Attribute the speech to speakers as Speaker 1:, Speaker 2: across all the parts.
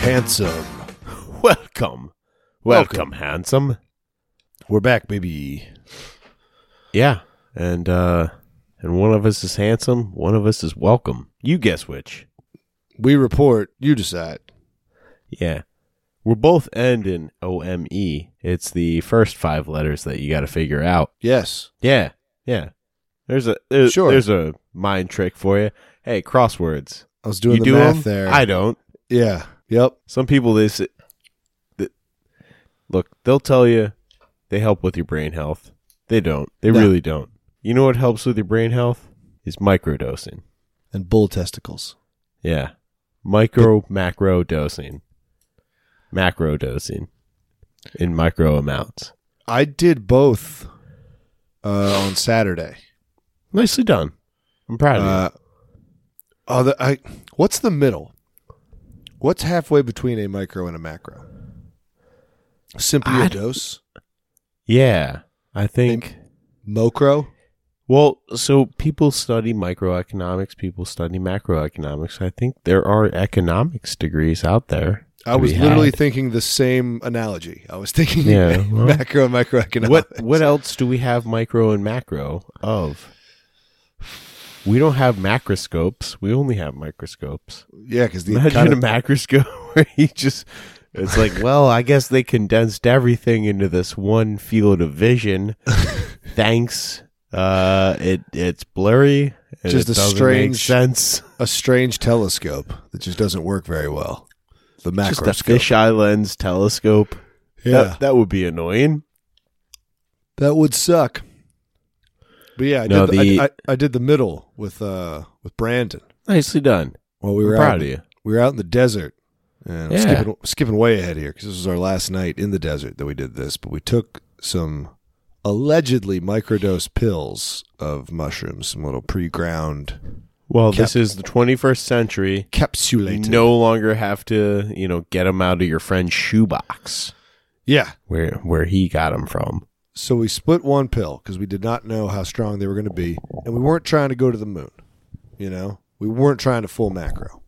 Speaker 1: handsome. Welcome. Welcome, handsome. We're back, baby. Yeah. And uh and one of us is handsome, one of us is welcome. You guess which.
Speaker 2: We report, you decide.
Speaker 1: Yeah. We're both end in O M E. It's the first five letters that you gotta figure out.
Speaker 2: Yes.
Speaker 1: Yeah. Yeah. There's a there's,
Speaker 2: Sure.
Speaker 1: there's a mind trick for you. Hey, crosswords.
Speaker 2: I was doing
Speaker 1: you
Speaker 2: the
Speaker 1: do
Speaker 2: math
Speaker 1: them?
Speaker 2: there.
Speaker 1: I don't.
Speaker 2: yeah. Yep.
Speaker 1: Some people they say, th- look, they'll tell you they help with your brain health. They don't. They
Speaker 2: No.
Speaker 1: really don't. You know what helps with your brain health is microdosing.
Speaker 2: And bull testicles.
Speaker 1: Yeah, micro macro dosing, macro dosing in micro amounts.
Speaker 2: I did both uh, on Saturday.
Speaker 1: Nicely done. I'm proud of
Speaker 2: Uh, oh, the, I, what's the middle? What's halfway between a micro and a macro? Simply
Speaker 1: I
Speaker 2: a
Speaker 1: don't-
Speaker 2: dose?
Speaker 1: you. Yeah, I think.
Speaker 2: Mocro?
Speaker 1: Well, so people study microeconomics, people study macroeconomics. I think there are economics degrees out there.
Speaker 2: I
Speaker 1: to
Speaker 2: was
Speaker 1: be
Speaker 2: literally
Speaker 1: had.
Speaker 2: thinking the same analogy. I was thinking
Speaker 1: Yeah, well-
Speaker 2: macro and microeconomics.
Speaker 1: What what else do we have micro and macro of? We don't have macroscopes. We only have microscopes.
Speaker 2: Yeah, because the
Speaker 1: Imagine
Speaker 2: kind
Speaker 1: a macroscope where you just it's like, well, I guess they condensed everything into this one field of vision. Thanks. Uh it it's blurry. and
Speaker 2: Just
Speaker 1: it
Speaker 2: a
Speaker 1: doesn't make
Speaker 2: strange-
Speaker 1: sense.
Speaker 2: a strange telescope that just doesn't work very well. The
Speaker 1: just a
Speaker 2: macroscope.
Speaker 1: fisheye lens telescope.
Speaker 2: Yeah,
Speaker 1: That, that would be annoying.
Speaker 2: that would suck. But yeah, I,
Speaker 1: No,
Speaker 2: did the,
Speaker 1: the-
Speaker 2: I, I, I did the middle with uh with Brandon.
Speaker 1: Nicely done.
Speaker 2: Well, we
Speaker 1: We're
Speaker 2: were out,
Speaker 1: proud of you.
Speaker 2: we were out in the desert. And I'm
Speaker 1: Yeah.
Speaker 2: skipping, skipping way ahead here because this was our last night in the desert that we did this. But we took some allegedly microdose pills of mushrooms, some little pre-ground
Speaker 1: Well,
Speaker 2: Cap-
Speaker 1: this is the 21st century. You
Speaker 2: capsulated.
Speaker 1: no longer have to, you know, get them out of your friend's shoebox
Speaker 2: Yeah.
Speaker 1: where where he got them from.
Speaker 2: So we split one pill because we did not know how strong they were going to be, and we weren't trying to go to the moon. You know, we weren't trying to full macro.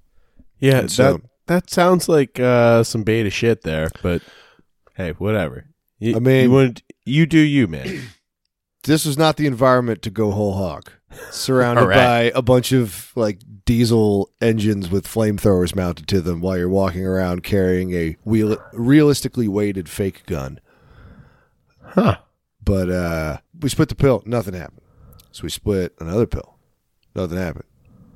Speaker 1: Yeah,
Speaker 2: And so-
Speaker 1: that that sounds like uh, some beta shit there, but hey, whatever. You,
Speaker 2: I mean-
Speaker 1: you, wanna- you do you, man.
Speaker 2: This was not the environment to go whole hog, surrounded
Speaker 1: All right.
Speaker 2: by a bunch of like diesel engines with flamethrowers mounted to them while you're walking around carrying a wheel- realistically weighted fake gun.
Speaker 1: Huh.
Speaker 2: But uh, we split the pill. Nothing happened. So we split another pill. Nothing happened.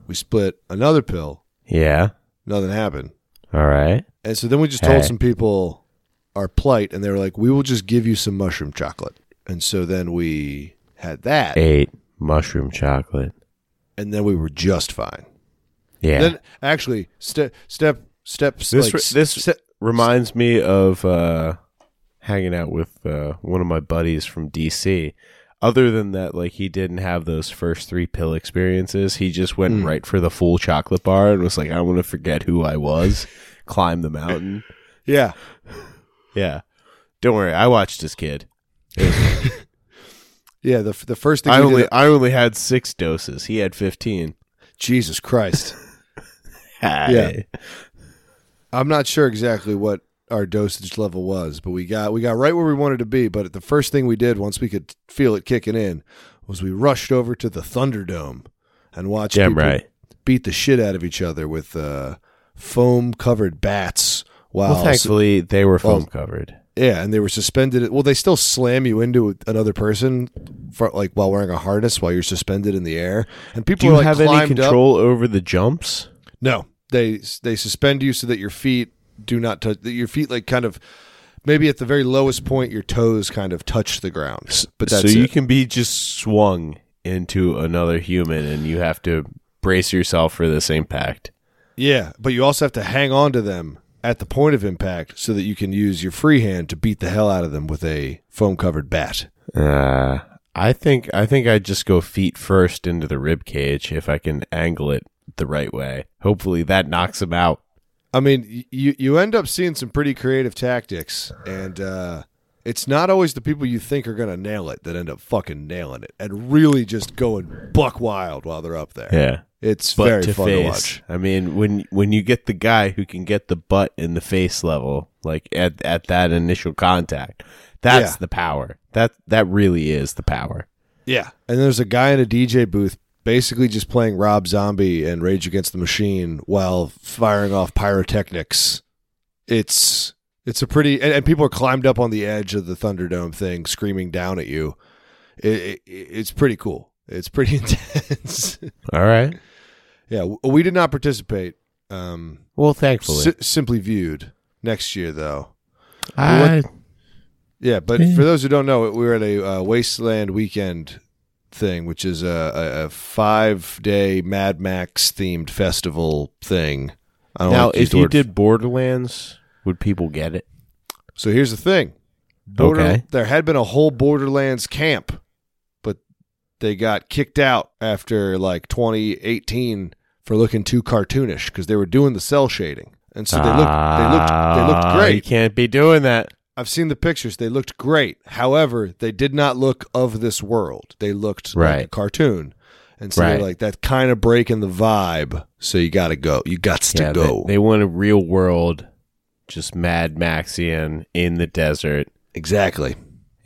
Speaker 2: We split another pill.
Speaker 1: Yeah.
Speaker 2: Nothing happened.
Speaker 1: All right.
Speaker 2: And so then we just told
Speaker 1: Hey.
Speaker 2: some people our plight, and they were like, "We will just give you some mushroom chocolate." And so then we had that,
Speaker 1: Eight mushroom chocolate.
Speaker 2: and then we were just fine.
Speaker 1: Yeah.
Speaker 2: Then actually, step step step.
Speaker 1: This
Speaker 2: like,
Speaker 1: re-
Speaker 2: s-
Speaker 1: this
Speaker 2: se-
Speaker 1: reminds me of uh, hanging out with uh, one of my buddies from DC. Other than that, like he didn't have those first three pill experiences. He just went
Speaker 2: Hmm.
Speaker 1: right for the full chocolate bar and was like, "I want to forget who I was, climb the mountain."
Speaker 2: yeah,
Speaker 1: Yeah, don't worry, I watched this kid.
Speaker 2: yeah. The f- the first thing
Speaker 1: I
Speaker 2: we
Speaker 1: only
Speaker 2: did-
Speaker 1: I only had six doses. He had fifteen.
Speaker 2: Jesus Christ.
Speaker 1: Hey.
Speaker 2: I'm not sure exactly what our dosage level was, but we got we got right where we wanted to be. But the first thing we did once we could feel it kicking in was we rushed over to the Thunderdome and watched
Speaker 1: damn
Speaker 2: people
Speaker 1: right.
Speaker 2: beat the shit out of each other with uh, foam covered bats. Wow.
Speaker 1: Well, thankfully they were foam
Speaker 2: Well-
Speaker 1: covered.
Speaker 2: yeah, and they were suspended. Well, they still slam you into another person, for, like while wearing a harness, while you're suspended in the air. And people
Speaker 1: Do you
Speaker 2: are, like,
Speaker 1: have any
Speaker 2: climbed Up.
Speaker 1: control over the jumps?
Speaker 2: No, they they suspend you so that your feet do not touch. That your feet like kind of maybe at the very lowest point, your toes kind of touch the ground. But that's
Speaker 1: so you
Speaker 2: it.
Speaker 1: can be just swung into another human, and you have to brace yourself for this impact.
Speaker 2: yeah. But you also have to hang on to them at the point of impact so that you can use your free hand to beat the hell out of them with a foam covered bat.
Speaker 1: Uh, I think I think I just go feet first into the rib cage if I can angle it the right way. Hopefully that knocks him out.
Speaker 2: I mean, y- you you end up seeing some pretty creative tactics, and uh, it's not always the people you think are going to nail it that end up fucking nailing it and really just going buck wild while they're up there.
Speaker 1: Yeah.
Speaker 2: It's
Speaker 1: Butt
Speaker 2: very
Speaker 1: to
Speaker 2: fun
Speaker 1: face.
Speaker 2: to watch.
Speaker 1: I mean, when when you get the guy who can get the butt in the face level, like at, at that initial contact, that's
Speaker 2: Yeah.
Speaker 1: the power. That that really is the power.
Speaker 2: Yeah. And there's a guy in a DJ booth basically just playing Rob Zombie and Rage Against the Machine while firing off pyrotechnics. It's it's a pretty and, and people are climbed up on the edge of the Thunderdome thing screaming down at you. It, it, it's pretty cool. It's pretty intense.
Speaker 1: All right.
Speaker 2: yeah, w- we did not participate. Um
Speaker 1: Well, thankfully,
Speaker 2: si- simply viewed next year though.
Speaker 1: I,
Speaker 2: Yeah, but
Speaker 1: Yeah.
Speaker 2: for those who don't know, we were at a uh, wasteland weekend thing, which is a, a, a five day Mad Max themed festival thing. I don't
Speaker 1: now
Speaker 2: like to use
Speaker 1: if
Speaker 2: the
Speaker 1: you
Speaker 2: word-
Speaker 1: did Borderlands, would people get it?
Speaker 2: so here's the thing. Border,
Speaker 1: Okay.
Speaker 2: There had been a whole Borderlands camp, but they got kicked out after like 2018 for looking too cartoonish because they were doing the cell shading, and so they looked they looked they looked
Speaker 1: Ah, You
Speaker 2: great.
Speaker 1: can't be doing that.
Speaker 2: I've seen the pictures. They looked great. However, they did not look of this world. They looked like a
Speaker 1: Right.
Speaker 2: cartoon. And so
Speaker 1: Right.
Speaker 2: they're like that kind of breaking the vibe. So you got to go. You got to
Speaker 1: yeah,
Speaker 2: go.
Speaker 1: They, they want a real world, just Mad Maxian in the desert.
Speaker 2: exactly.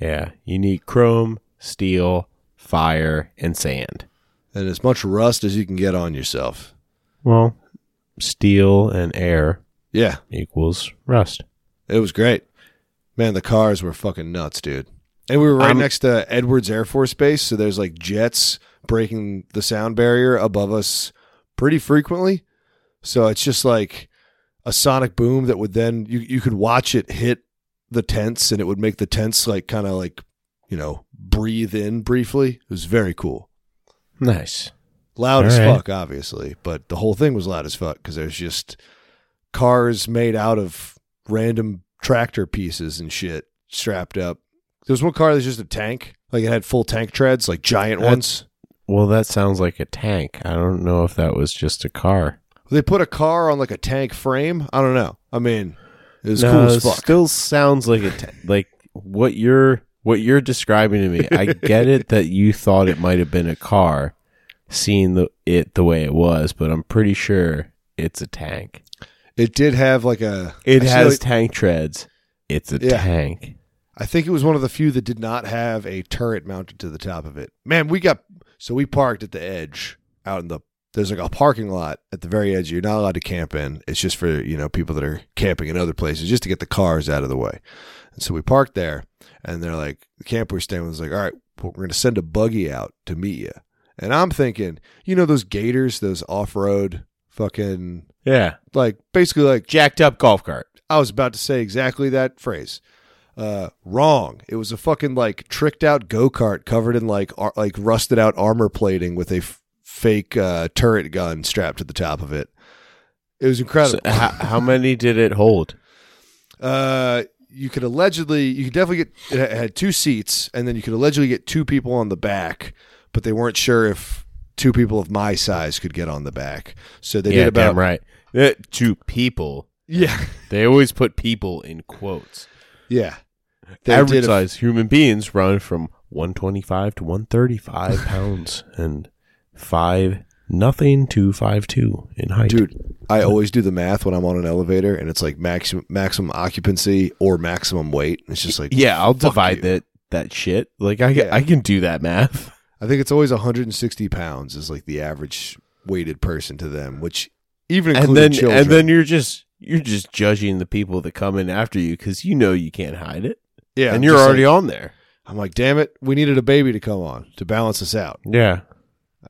Speaker 1: Yeah, you need chrome, steel, fire, and sand.
Speaker 2: And as much rust as you can get on yourself.
Speaker 1: Well, steel and air
Speaker 2: Yeah,
Speaker 1: equals rust.
Speaker 2: it was great. Man, the cars were fucking nuts, dude. And we were right
Speaker 1: I'm-
Speaker 2: next to Edwards Air Force Base, so there's like jets breaking the sound barrier above us pretty frequently. So it's just like a sonic boom that would then you you could watch it hit the tents and it would make the tents like kind of like, you know, breathe in briefly. It was very cool.
Speaker 1: Nice.
Speaker 2: Loud
Speaker 1: All
Speaker 2: as
Speaker 1: right.
Speaker 2: fuck, obviously, but the whole thing was loud as fuck because there's just cars made out of random tractor pieces and shit strapped up. There was one car that's just a tank, like it had full tank treads, like giant
Speaker 1: That's-
Speaker 2: ones.
Speaker 1: Well, that sounds like a tank. I don't know if that was just a car.
Speaker 2: They put a car on like a tank frame. I don't know. I mean, it was
Speaker 1: no,
Speaker 2: cool as
Speaker 1: it
Speaker 2: fuck.
Speaker 1: still sounds like a ta- like what you're what you're describing to me. I get it that you thought it might have been a car, seeing the it the way it was, but I'm pretty sure it's a tank.
Speaker 2: It did have like a.
Speaker 1: It
Speaker 2: I see,
Speaker 1: has
Speaker 2: like-
Speaker 1: tank treads. It's a
Speaker 2: Yeah.
Speaker 1: tank.
Speaker 2: I think it was one of the few that did not have a turret mounted to the top of it. Man, we got so we parked at the edge out in the there's like a parking lot at the very edge you're not allowed to camp in. It's just for, you know, people that are camping in other places just to get the cars out of the way. And so we parked there and they're like the camper stand was like, "All right, we're going to send a buggy out to meet you." And I'm thinking, you know those gators, those off-road fucking
Speaker 1: Yeah,
Speaker 2: like basically like
Speaker 1: jacked up golf cart.
Speaker 2: I was about to say exactly that phrase. Uh, wrong. It was a fucking like tricked out go kart covered in like ar- like rusted out armor plating with a f- fake uh, turret gun strapped to the top of it. It was
Speaker 1: So,
Speaker 2: incredible.
Speaker 1: how, how many did it hold?
Speaker 2: Uh, you could allegedly, you could definitely get. It had two seats, and then you could allegedly get two people on the back, but they weren't sure if two people of my size could get on the back. So they did
Speaker 1: yeah,
Speaker 2: about
Speaker 1: damn right. Uh, two people.
Speaker 2: yeah,
Speaker 1: They always put people in quotes.
Speaker 2: yeah.
Speaker 1: Average
Speaker 2: did a-
Speaker 1: size human beings run from 125 to 135 pounds and five nothing to five two in height.
Speaker 2: Dude, I always do the math when I'm on an elevator, and it's like maximum maximum occupancy or maximum weight. It's just like
Speaker 1: yeah, I'll
Speaker 2: fuck
Speaker 1: divide
Speaker 2: you.
Speaker 1: that that shit. Like I
Speaker 2: Yeah.
Speaker 1: I can do that math.
Speaker 2: I think it's always 160 pounds is like the average weighted person to them, which even
Speaker 1: And
Speaker 2: including
Speaker 1: then
Speaker 2: children.
Speaker 1: and then you're just you're just judging the people that come in after you cuz you know you can't hide it.
Speaker 2: yeah,
Speaker 1: and you're
Speaker 2: just
Speaker 1: already
Speaker 2: like-
Speaker 1: on there.
Speaker 2: I'm like, damn it, we needed a baby to come on to balance us out.
Speaker 1: Yeah.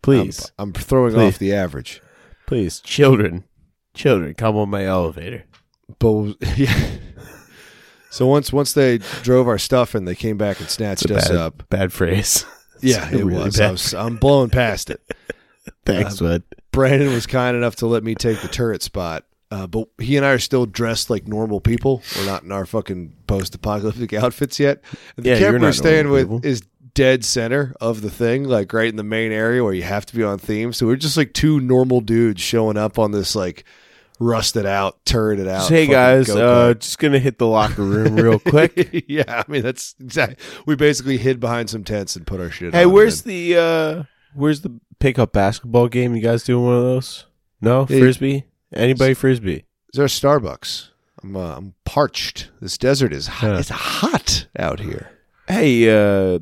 Speaker 1: Please.
Speaker 2: I'm, I'm throwing
Speaker 1: Please.
Speaker 2: off the average.
Speaker 1: please children. Children, come on my elevator.
Speaker 2: But yeah. So once once they drove our stuff and they came back and snatched us
Speaker 1: bad,
Speaker 2: up.
Speaker 1: bad phrase.
Speaker 2: Yeah,
Speaker 1: It's a
Speaker 2: it
Speaker 1: really
Speaker 2: was.
Speaker 1: bad
Speaker 2: I was. I'm blowing past it.
Speaker 1: Thanks, bud.
Speaker 2: Brandon was kind enough to let me take the turret spot. Uh, but he and I are still dressed like normal people. We're not in our fucking post-apocalyptic outfits yet. And the
Speaker 1: Yeah, you're
Speaker 2: camp
Speaker 1: not
Speaker 2: we're staying
Speaker 1: normal
Speaker 2: with
Speaker 1: people.
Speaker 2: is dead center of the thing, like right in the main area where you have to be on theme. So we're just like two normal dudes showing up on this like rusted out, turreted out.
Speaker 1: Just, hey
Speaker 2: fucking
Speaker 1: guys,
Speaker 2: go-kart.
Speaker 1: uh, just gonna hit the locker room real quick.
Speaker 2: yeah, I mean that's exactly. We basically hid behind some tents and put our shit.
Speaker 1: hey,
Speaker 2: on
Speaker 1: where's
Speaker 2: and-
Speaker 1: the uh, where's the pickup basketball game? You guys doing one of those? No
Speaker 2: Yeah.
Speaker 1: frisbee. Anybody frisbee?
Speaker 2: is there a Starbucks? I'm uh, I'm parched. This desert is hot.
Speaker 1: Huh.
Speaker 2: It's hot out here.
Speaker 1: Hey, uh,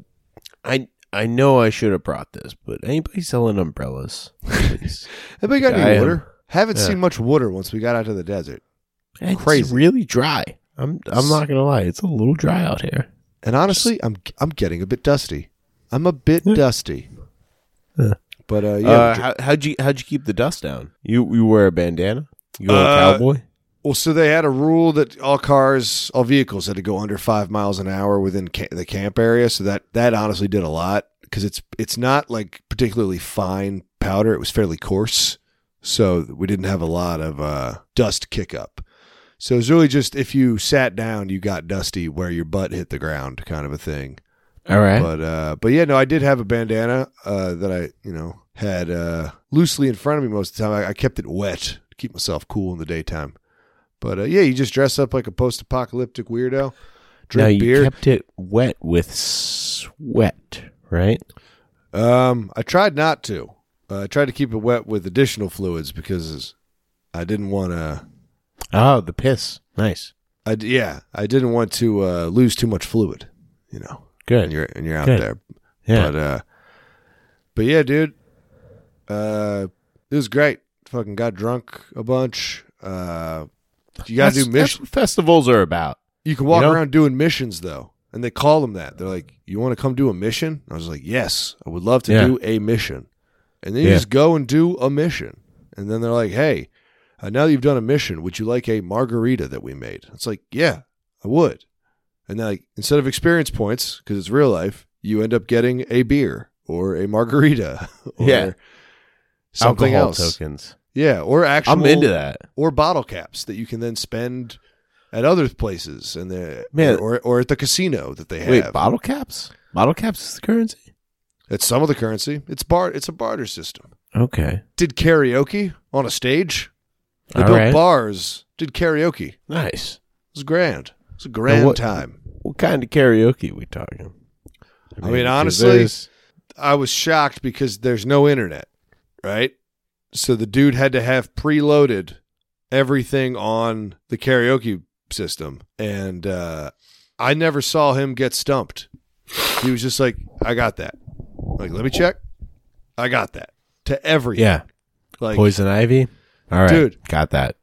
Speaker 1: I I know I should have brought this, but anybody selling umbrellas? Please.
Speaker 2: Anybody got
Speaker 1: I
Speaker 2: any
Speaker 1: am-
Speaker 2: water? Haven't
Speaker 1: yeah.
Speaker 2: seen much water once we got out to the desert.
Speaker 1: it's
Speaker 2: Crazy.
Speaker 1: really dry. I'm I'm not gonna lie, it's a little dry out here.
Speaker 2: And honestly, I'm I'm getting a bit dusty. I'm a bit dusty.
Speaker 1: Yeah.
Speaker 2: But uh, yeah,
Speaker 1: uh,
Speaker 2: the-
Speaker 1: how, how'd you how'd you keep the dust down? You you wear a bandana? You a
Speaker 2: Uh,
Speaker 1: cowboy?
Speaker 2: Well, so they had a rule that all cars, all vehicles had to go under five miles an hour within ca- the camp area. So that that honestly did a lot because it's it's not like particularly fine powder. It was fairly coarse, so we didn't have a lot of uh, dust kick up. So it was really just if you sat down, you got dusty where your butt hit the ground, kind of a thing.
Speaker 1: All right.
Speaker 2: But uh, but yeah, no, I did have a bandana uh, that I you know had uh, loosely in front of me most of the time. I, I kept it wet to keep myself cool in the daytime. But uh, yeah, you just dress up like a post-apocalyptic weirdo,
Speaker 1: now
Speaker 2: drink
Speaker 1: you
Speaker 2: beer.
Speaker 1: kept it wet with sweat, right?
Speaker 2: Um, I tried not to. Uh, I tried to keep it wet with additional fluids because I didn't want to.
Speaker 1: Oh, the piss. Nice.
Speaker 2: I d- yeah, I didn't want to uh, lose too much fluid. You know, and
Speaker 1: Good.
Speaker 2: you're and you're out
Speaker 1: Good.
Speaker 2: there.
Speaker 1: Yeah.
Speaker 2: But uh but yeah, dude. Uh it was great. Fucking got drunk a bunch. Uh you gotta
Speaker 1: That's-
Speaker 2: do
Speaker 1: that's
Speaker 2: missions.
Speaker 1: what festivals are about.
Speaker 2: You can walk
Speaker 1: you know?
Speaker 2: around doing missions though. And they call them that. They're like, You wanna come do a mission? I was like, Yes, I would love to
Speaker 1: Yeah.
Speaker 2: do a mission. And then you
Speaker 1: Yeah.
Speaker 2: just go and do a mission. And then they're like, Hey, uh, now that you've done a mission, would you like a margarita that we made? It's like, Yeah, I would. And then, like, instead of experience points, because it's real life, you end up getting a beer or a margarita or
Speaker 1: Yeah.
Speaker 2: something
Speaker 1: Alcohol
Speaker 2: else.
Speaker 1: tokens.
Speaker 2: Yeah, or actual
Speaker 1: I'm into that.
Speaker 2: or bottle caps that you can then spend at other places and the
Speaker 1: Man.
Speaker 2: or or at the casino that they have.
Speaker 1: Wait, bottle caps? Bottle caps is the currency?
Speaker 2: it's some of the currency. It's bar it's a barter system.
Speaker 1: Okay.
Speaker 2: Did karaoke on a stage? They
Speaker 1: All
Speaker 2: built
Speaker 1: right.
Speaker 2: bars, did karaoke. It
Speaker 1: Nice.
Speaker 2: was grand. It was a grand
Speaker 1: what-
Speaker 2: time.
Speaker 1: What kind of karaoke we talking?
Speaker 2: I mean,
Speaker 1: 'cause
Speaker 2: honestly,
Speaker 1: there's-
Speaker 2: I was shocked because there's no internet, right? So the dude had to have preloaded everything on the karaoke system, and uh, I never saw him get stumped. He was just like, "I got that." Like, let me check. I got that to everything.
Speaker 1: yeah,
Speaker 2: like
Speaker 1: poison ivy. All right,
Speaker 2: Dude.
Speaker 1: got that.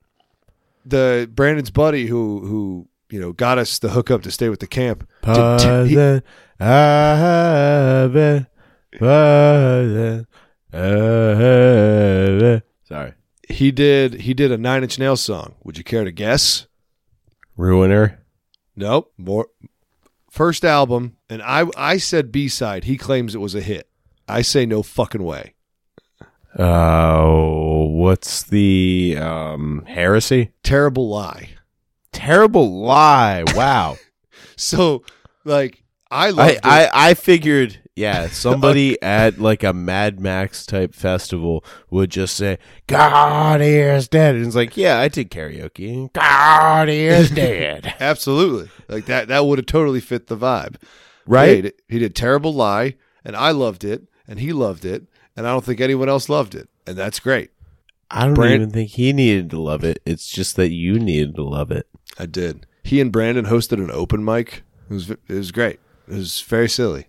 Speaker 2: the Brandon's buddy who who you know got us the hookup to stay with the camp. did- he-
Speaker 1: Poison ivy, poison ivy. Sorry,
Speaker 2: he did he did a Nine Inch Nails song. Would you care to guess?
Speaker 1: ruiner.
Speaker 2: Nope. More first album, and I I said B side. He claims it was a hit. I say no fucking way.
Speaker 1: Oh, what's the um heresy?
Speaker 2: Terrible lie.
Speaker 1: Terrible lie. Wow.
Speaker 2: So like I loved
Speaker 1: I,
Speaker 2: it.
Speaker 1: I, I figured, yeah, somebody at like a Mad Max type festival would just say, God, he is dead. And it's like, yeah, I did karaoke. God, he is dead.
Speaker 2: absolutely like that. That would have totally fit the vibe,
Speaker 1: right?
Speaker 2: He did, he did terrible lie, and I loved it, and he loved it, and I don't think anyone else loved it, and that's great.
Speaker 1: I don't
Speaker 2: Brand-
Speaker 1: even think he needed to love it. It's just that you needed to love it.
Speaker 2: I did. He and Brandon hosted an open mic. It was it was great. It was very silly.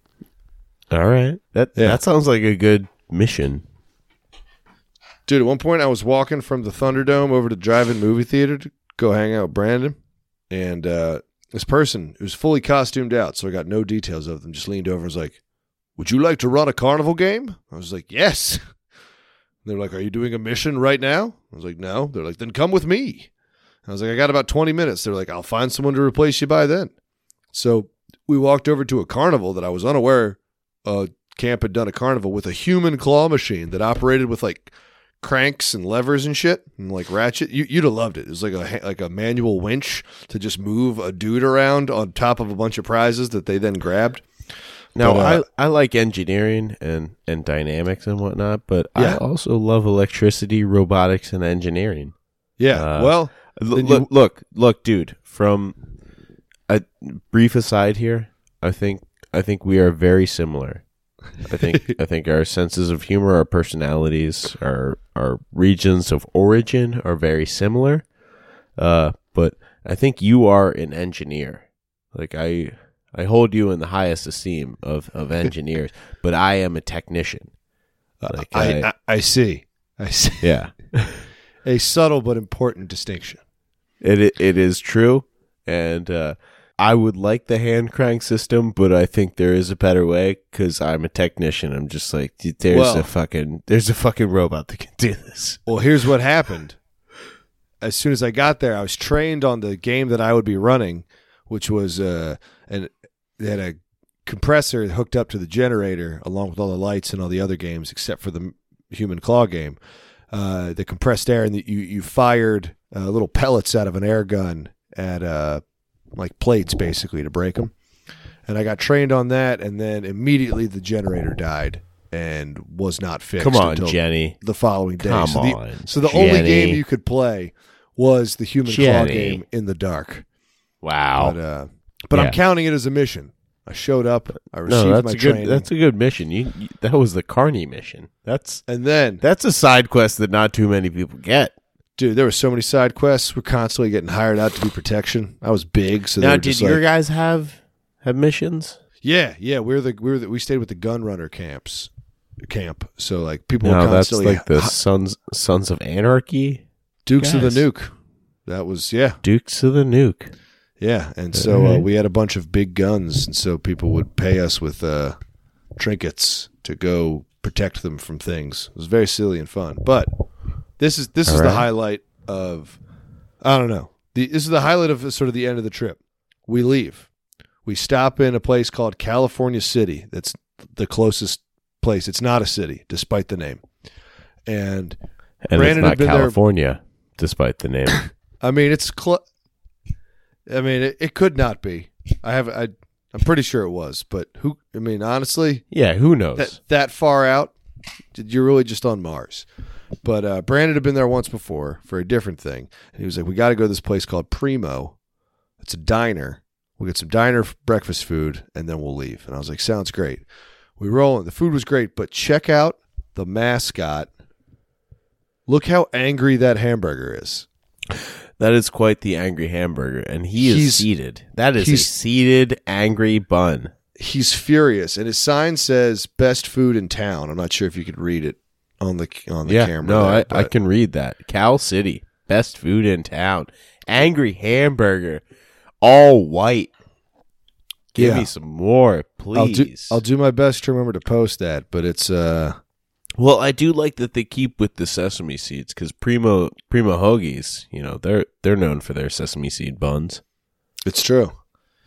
Speaker 1: All right. That,
Speaker 2: Yeah.
Speaker 1: that sounds like a good mission.
Speaker 2: Dude, at one point I was walking from the Thunderdome over to drive-in movie theater to go hang out with Brandon, and uh, this person who's fully costumed out, so I got no details of them, just leaned over and was like, "Would you like to run a carnival game?" I was like, "Yes." They're like, "Are you doing a mission right now?" I was like, "No." They're like, "Then come with me." I was like, "I got about twenty minutes." They're like, "I'll find someone to replace you by then." So we walked over to a carnival that I was unaware uh, camp had done a carnival with a human claw machine that operated with like cranks and levers and shit and like ratchet you, you'd have loved it it was like a ha- like a manual winch to just move a dude around on top of a bunch of prizes that they then grabbed
Speaker 1: Now,
Speaker 2: But, uh,
Speaker 1: I, I like engineering and, and dynamics and whatnot, but I
Speaker 2: Yeah.
Speaker 1: also love electricity, robotics, and engineering.
Speaker 2: Yeah.
Speaker 1: Uh,
Speaker 2: well,
Speaker 1: L-
Speaker 2: Then
Speaker 1: look,
Speaker 2: you-
Speaker 1: look, look, dude. From a brief aside here, I think I think we are very similar. I think I think our senses of humor, our personalities, our our regions of origin are very similar. Uh, but I think you are an engineer. Like I I hold you in the highest esteem of of engineers, but I am a technician. Like
Speaker 2: I,
Speaker 1: I,
Speaker 2: I, I see. I see.
Speaker 1: yeah.
Speaker 2: A subtle but important distinction.
Speaker 1: It i- it is true, and uh, I would like the hand crank system, but I think there is a better way because I'm a technician. I'm just like "Dude, there's
Speaker 2: Well-
Speaker 1: a fucking there's a fucking robot that can do this.
Speaker 2: Well, here's what happened. As soon as I got there, I was trained on the game that I would be running, which was uh, an they had a compressor hooked up to the generator along with all the lights and all the other games except for the m- human claw game. Uh, the compressed air and the, you you fired uh, little pellets out of an air gun at uh, like plates basically to break them. And I got trained on that, and then immediately the generator died and was not fixed.
Speaker 1: Come on,
Speaker 2: until
Speaker 1: Jenny.
Speaker 2: the following day.
Speaker 1: Come
Speaker 2: so the,
Speaker 1: on,
Speaker 2: so the only
Speaker 1: Jenny.
Speaker 2: game you could play was the human claw
Speaker 1: Jenny.
Speaker 2: game in the dark.
Speaker 1: Wow.
Speaker 2: But uh, but
Speaker 1: Yeah.
Speaker 2: I'm counting it as a mission. I showed up. I uh, received
Speaker 1: no, that's
Speaker 2: my
Speaker 1: a
Speaker 2: training,
Speaker 1: good that's a good mission. You, you that was the Carney mission. That's
Speaker 2: and then
Speaker 1: that's a side quest that not too many people get.
Speaker 2: dude, there were so many side quests. We're constantly getting hired out to do protection. I was big, so they
Speaker 1: now,
Speaker 2: were
Speaker 1: did
Speaker 2: just
Speaker 1: your
Speaker 2: like-
Speaker 1: guys have have missions?
Speaker 2: yeah, yeah. We're the we're the, we stayed with the gun runner camps camp. So like people were
Speaker 1: No, that's
Speaker 2: constantly
Speaker 1: like the Sons Sons of Anarchy,
Speaker 2: Dukes of
Speaker 1: guys.
Speaker 2: the Nuke. That was yeah.
Speaker 1: Dukes of the Nuke.
Speaker 2: Yeah, and so uh,
Speaker 1: Alright.
Speaker 2: we had a bunch of big guns, and so people would pay us with uh, trinkets to go protect them from things. It was very silly and fun. But this is this is the
Speaker 1: Alright.
Speaker 2: highlight of I don't know. The, this is the highlight of sort of the end of the trip. We leave. We stop in a place called California City. That's the closest place. It's not a city, despite the name. And
Speaker 1: And
Speaker 2: Brandon had been
Speaker 1: it's not
Speaker 2: there-
Speaker 1: California, despite the name.
Speaker 2: I mean, it's cl- I mean, it, it could not be. I have I I'm pretty sure it was, but who I mean, honestly,
Speaker 1: yeah, who knows?
Speaker 2: that that far out, you're really just on Mars. But uh, Brandon had been there once before for a different thing, and he was like, "We got to go to this place called Primo. It's a diner. We'll get some diner f- breakfast food, and then we'll leave." And I was like, "Sounds great." We roll in. The food was great, but check out the mascot. Look how angry that hamburger is.
Speaker 1: that is quite the angry hamburger, and he is
Speaker 2: He's-
Speaker 1: seated. That is a
Speaker 2: he's-
Speaker 1: seated angry bun.
Speaker 2: he's furious, and his sign says "best food in town." I'm not sure if you could read it on the on the
Speaker 1: yeah,
Speaker 2: camera.
Speaker 1: no,
Speaker 2: there,
Speaker 1: I, I
Speaker 2: but-
Speaker 1: can read that. Cal City, best food in town. Angry hamburger, all white. Give
Speaker 2: Yeah.
Speaker 1: me some more, please.
Speaker 2: I'll do I'll do my best to remember to post that, but it's uh
Speaker 1: Well, I do like that they keep with the sesame seeds because Primo Primo Hoagies, you know, they're they're known for their sesame seed buns.
Speaker 2: it's true.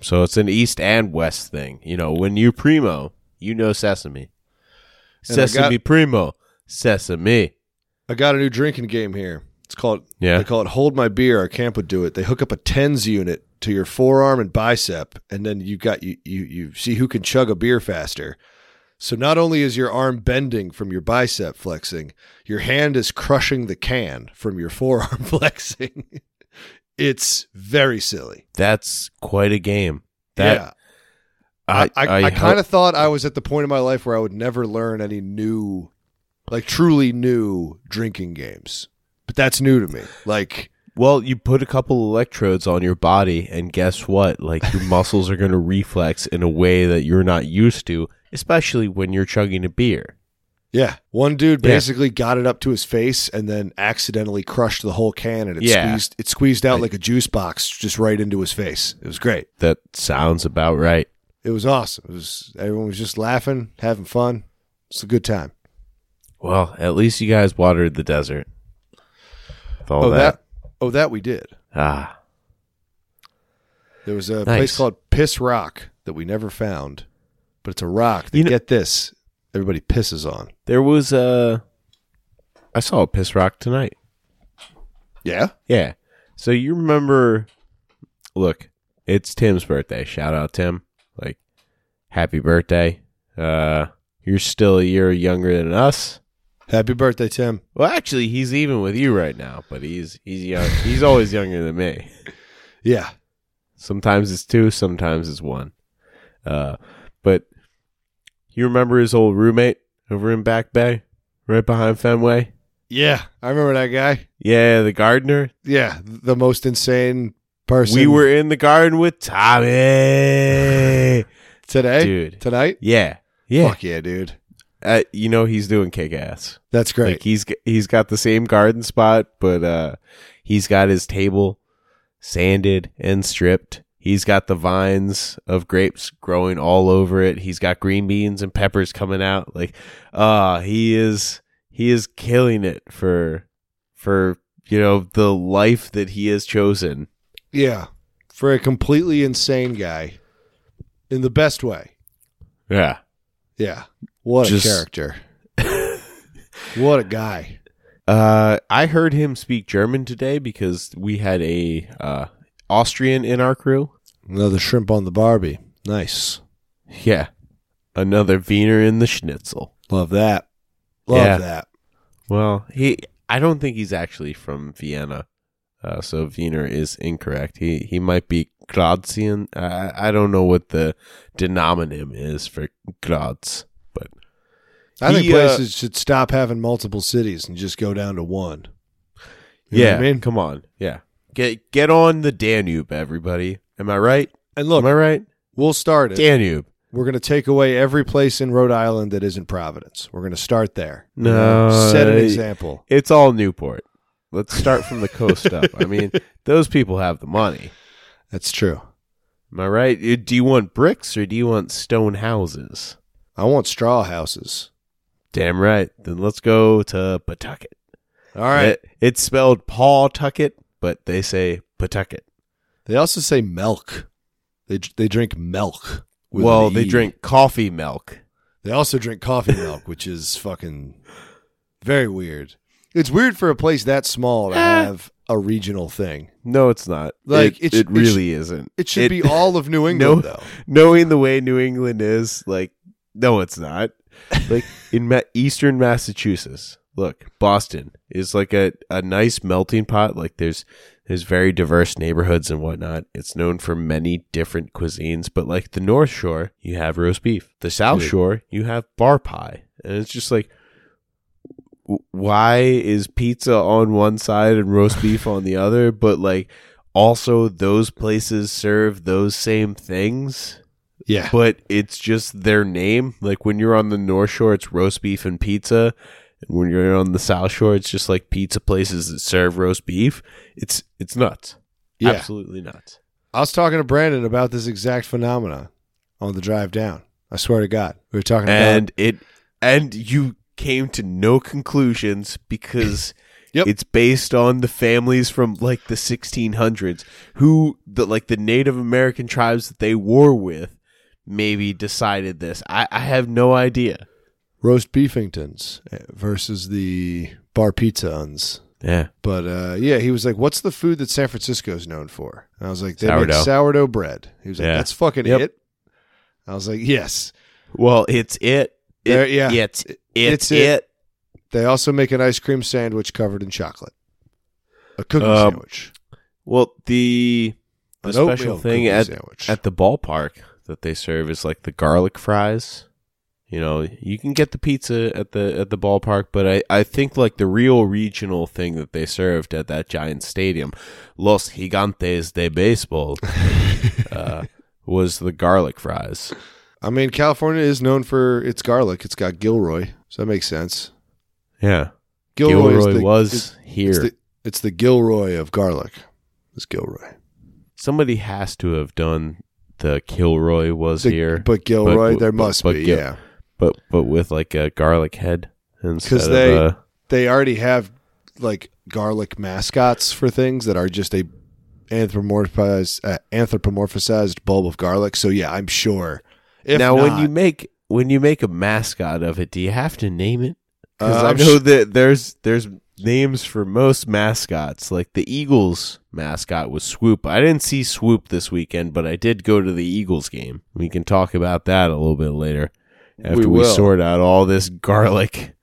Speaker 1: So it's an east and west thing. You know, when you primo, you know sesame.
Speaker 2: And I
Speaker 1: Sesame primo, sesame.
Speaker 2: I got a new drinking game here. It's called
Speaker 1: Yeah.
Speaker 2: They call it "Hold My Beer." Our camp would do it. They hook up a tens unit to your forearm and bicep, and then you got you you you see who can chug a beer faster. So not only is your arm bending from your bicep flexing, your hand is crushing the can from your forearm flexing. it's very silly.
Speaker 1: That's quite a game. That
Speaker 2: yeah. I, I, I,
Speaker 1: hope-
Speaker 2: kind of thought I was at the point in my life where I would never learn any new, like truly new drinking games. But that's new to me. Like,
Speaker 1: well, you put a couple electrodes on your body, and guess what? Like your muscles are going to reflex in a way that you're not used to, especially when you're chugging a beer.
Speaker 2: yeah, one dude
Speaker 1: Yeah.
Speaker 2: basically got it up to his face and then accidentally crushed the whole can, and it
Speaker 1: Yeah.
Speaker 2: squeezed it squeezed out like a juice box just right into his face. It was great.
Speaker 1: That sounds about right.
Speaker 2: It was awesome. It was everyone was just laughing, having fun. It's a good time.
Speaker 1: Well, at least you guys watered the desert. With all
Speaker 2: oh,
Speaker 1: that.
Speaker 2: that oh that we did.
Speaker 1: Ah,
Speaker 2: There was a place
Speaker 1: Nice.
Speaker 2: called Piss Rock that we never found, but it's a rock that
Speaker 1: You know-
Speaker 2: get this everybody pisses on.
Speaker 1: there was a. I saw a piss rock tonight.
Speaker 2: Yeah,
Speaker 1: Yeah. So you remember look, it's Tim's birthday. Shout out Tim. Like happy birthday. Uh you're still a year younger than us.
Speaker 2: Happy birthday, Tim.
Speaker 1: Well, actually, he's even with you right now, but he's he's young. he's always younger than me.
Speaker 2: Yeah.
Speaker 1: Sometimes it's two, sometimes it's one. Uh, but you remember his old roommate over in Back Bay, right behind Fenway?
Speaker 2: Yeah. I remember that guy.
Speaker 1: Yeah, the gardener.
Speaker 2: Yeah. The most insane person
Speaker 1: We were in the garden with Tommy,
Speaker 2: today.
Speaker 1: dude.
Speaker 2: Tonight?
Speaker 1: Yeah, yeah.
Speaker 2: Fuck yeah, dude.
Speaker 1: Uh, you know he's doing kick ass.
Speaker 2: That's great.
Speaker 1: Like he's g- he's got the same garden spot, but uh, he's got his table sanded and stripped. He's got the vines of grapes growing all over it. He's got green beans and peppers coming out. Like, uh, he is he is killing it for for you know the life that he has chosen.
Speaker 2: yeah. For a completely insane guy. In the best way.
Speaker 1: Yeah,
Speaker 2: Yeah. What
Speaker 1: Just-
Speaker 2: a character. what a guy.
Speaker 1: Uh, I heard him speak German today because we had a uh, Austrian in our crew.
Speaker 2: Another shrimp on the Barbie. Nice.
Speaker 1: Yeah, another Wiener in the Schnitzel.
Speaker 2: Love that. Love
Speaker 1: Yeah.
Speaker 2: that.
Speaker 1: Well, he I don't think he's actually from Vienna, uh, so Wiener is incorrect. He he might be Grazian. I I don't know what the denominative is for Graz, but
Speaker 2: I think
Speaker 1: He, uh,
Speaker 2: places should stop having multiple cities and just go down to one. You know
Speaker 1: yeah,
Speaker 2: what I mean?
Speaker 1: come on, yeah, get get on the Danube, everybody. Am I right?
Speaker 2: And
Speaker 1: Am I
Speaker 2: look,
Speaker 1: right?
Speaker 2: we'll start it.
Speaker 1: Danube.
Speaker 2: We're going to take away every place in Rhode Island that isn't Providence. We're going to start there.
Speaker 1: No, uh,
Speaker 2: We're gonna set an
Speaker 1: I-
Speaker 2: example.
Speaker 1: it's all Newport. Let's start from the coast up. I mean, those people have the money.
Speaker 2: That's true.
Speaker 1: Am I right? Uh, Do you want bricks or do you want stone houses?
Speaker 2: I want straw houses.
Speaker 1: Damn right. Then let's go to Pawtucket.
Speaker 2: All right.
Speaker 1: It- it's spelled Pawtucket, but they say Pawtucket.
Speaker 2: They also say milk. They they drink milk. with
Speaker 1: Well,
Speaker 2: an
Speaker 1: they
Speaker 2: E.
Speaker 1: drink coffee milk.
Speaker 2: They also drink coffee milk, which is fucking very weird. It's weird for a place that small to
Speaker 1: Ah.
Speaker 2: have a regional thing.
Speaker 1: No, it's not.
Speaker 2: Like,
Speaker 1: it,
Speaker 2: it sh-
Speaker 1: it
Speaker 2: it
Speaker 1: really isn't.
Speaker 2: It should be all of New
Speaker 1: No.
Speaker 2: England, though.
Speaker 1: knowing the way New England is, like, no, it's not. Like in Ma- Eastern Massachusetts, look, Boston is like a, a nice melting pot. Like there's there's very diverse neighborhoods and whatnot. It's known for many different cuisines, but like the North Shore, you have roast beef. The South
Speaker 2: Dude.
Speaker 1: Shore, you have bar pie, and it's just like. w- Why is pizza on one side and roast beef on the other? But like, also those places serve those same things
Speaker 2: Yeah.
Speaker 1: but it's just their name. Like when you're on the North Shore, it's roast beef and pizza. And when you're on the South Shore, it's just like pizza places that serve roast beef. It's it's nuts.
Speaker 2: Yeah.
Speaker 1: Absolutely nuts.
Speaker 2: I was talking to Brandon about this exact phenomenon on the drive down. I swear to God. We were talking
Speaker 1: And it and you came to no conclusions because
Speaker 2: Yep.
Speaker 1: it's based on the families from like the 1600s who the like the Native American tribes that they war with maybe decided this. I, I have no idea.
Speaker 2: about roast beefingtons eh, versus the bar pizza's.
Speaker 1: Yeah.
Speaker 2: But uh, yeah, he was like, "What's the food that San Francisco is known for?" And I was like, "They
Speaker 1: Sourdough.
Speaker 2: make sourdough bread." He was like,
Speaker 1: Yeah.
Speaker 2: "That's fucking
Speaker 1: Yep.
Speaker 2: it." I was like, "Yes."
Speaker 1: Well, it's it. It-
Speaker 2: There- yeah.
Speaker 1: It's it.
Speaker 2: It's
Speaker 1: It's
Speaker 2: it.
Speaker 1: it.
Speaker 2: They also make an ice cream sandwich covered in chocolate, a cookie
Speaker 1: Um,
Speaker 2: sandwich,
Speaker 1: Well, the the
Speaker 2: an
Speaker 1: special
Speaker 2: oatmeal
Speaker 1: thing
Speaker 2: cookie
Speaker 1: at
Speaker 2: sandwich.
Speaker 1: at the ballpark that they serve is like the garlic fries. You know, you can get the pizza at the at the ballpark, but I, I think like the real regional thing that they served at that giant stadium, Los Gigantes de Baseball, uh, was the garlic fries.
Speaker 2: I mean, California is known for its garlic. It's got Gilroy, so that makes sense.
Speaker 1: Yeah,
Speaker 2: Gilroy, is
Speaker 1: Gilroy
Speaker 2: the-
Speaker 1: was
Speaker 2: is-
Speaker 1: here.
Speaker 2: It's the, it's the Gilroy of garlic. It's Gilroy.
Speaker 1: Somebody has to have done the Kilroy was
Speaker 2: The-
Speaker 1: here.
Speaker 2: but Gilroy,
Speaker 1: but-
Speaker 2: there
Speaker 1: but-
Speaker 2: must
Speaker 1: but
Speaker 2: be.
Speaker 1: Gil-
Speaker 2: yeah,
Speaker 1: but but with like a garlic head instead of
Speaker 2: they-
Speaker 1: a,
Speaker 2: they already have like garlic mascots for things that are just a anthropomorphized uh, anthropomorphized bulb of garlic. So yeah, I'm sure. If
Speaker 1: now when you
Speaker 2: not,
Speaker 1: make when you make a mascot of it, do you have to name it? Because
Speaker 2: uh,
Speaker 1: I
Speaker 2: I'm
Speaker 1: know
Speaker 2: sh-
Speaker 1: that there's there's names for most mascots. Like the Eagles mascot was Swoop. I didn't see Swoop this weekend, but I did go to the Eagles game. We can talk about that a little bit later after we,
Speaker 2: will.
Speaker 1: sort out all this garlic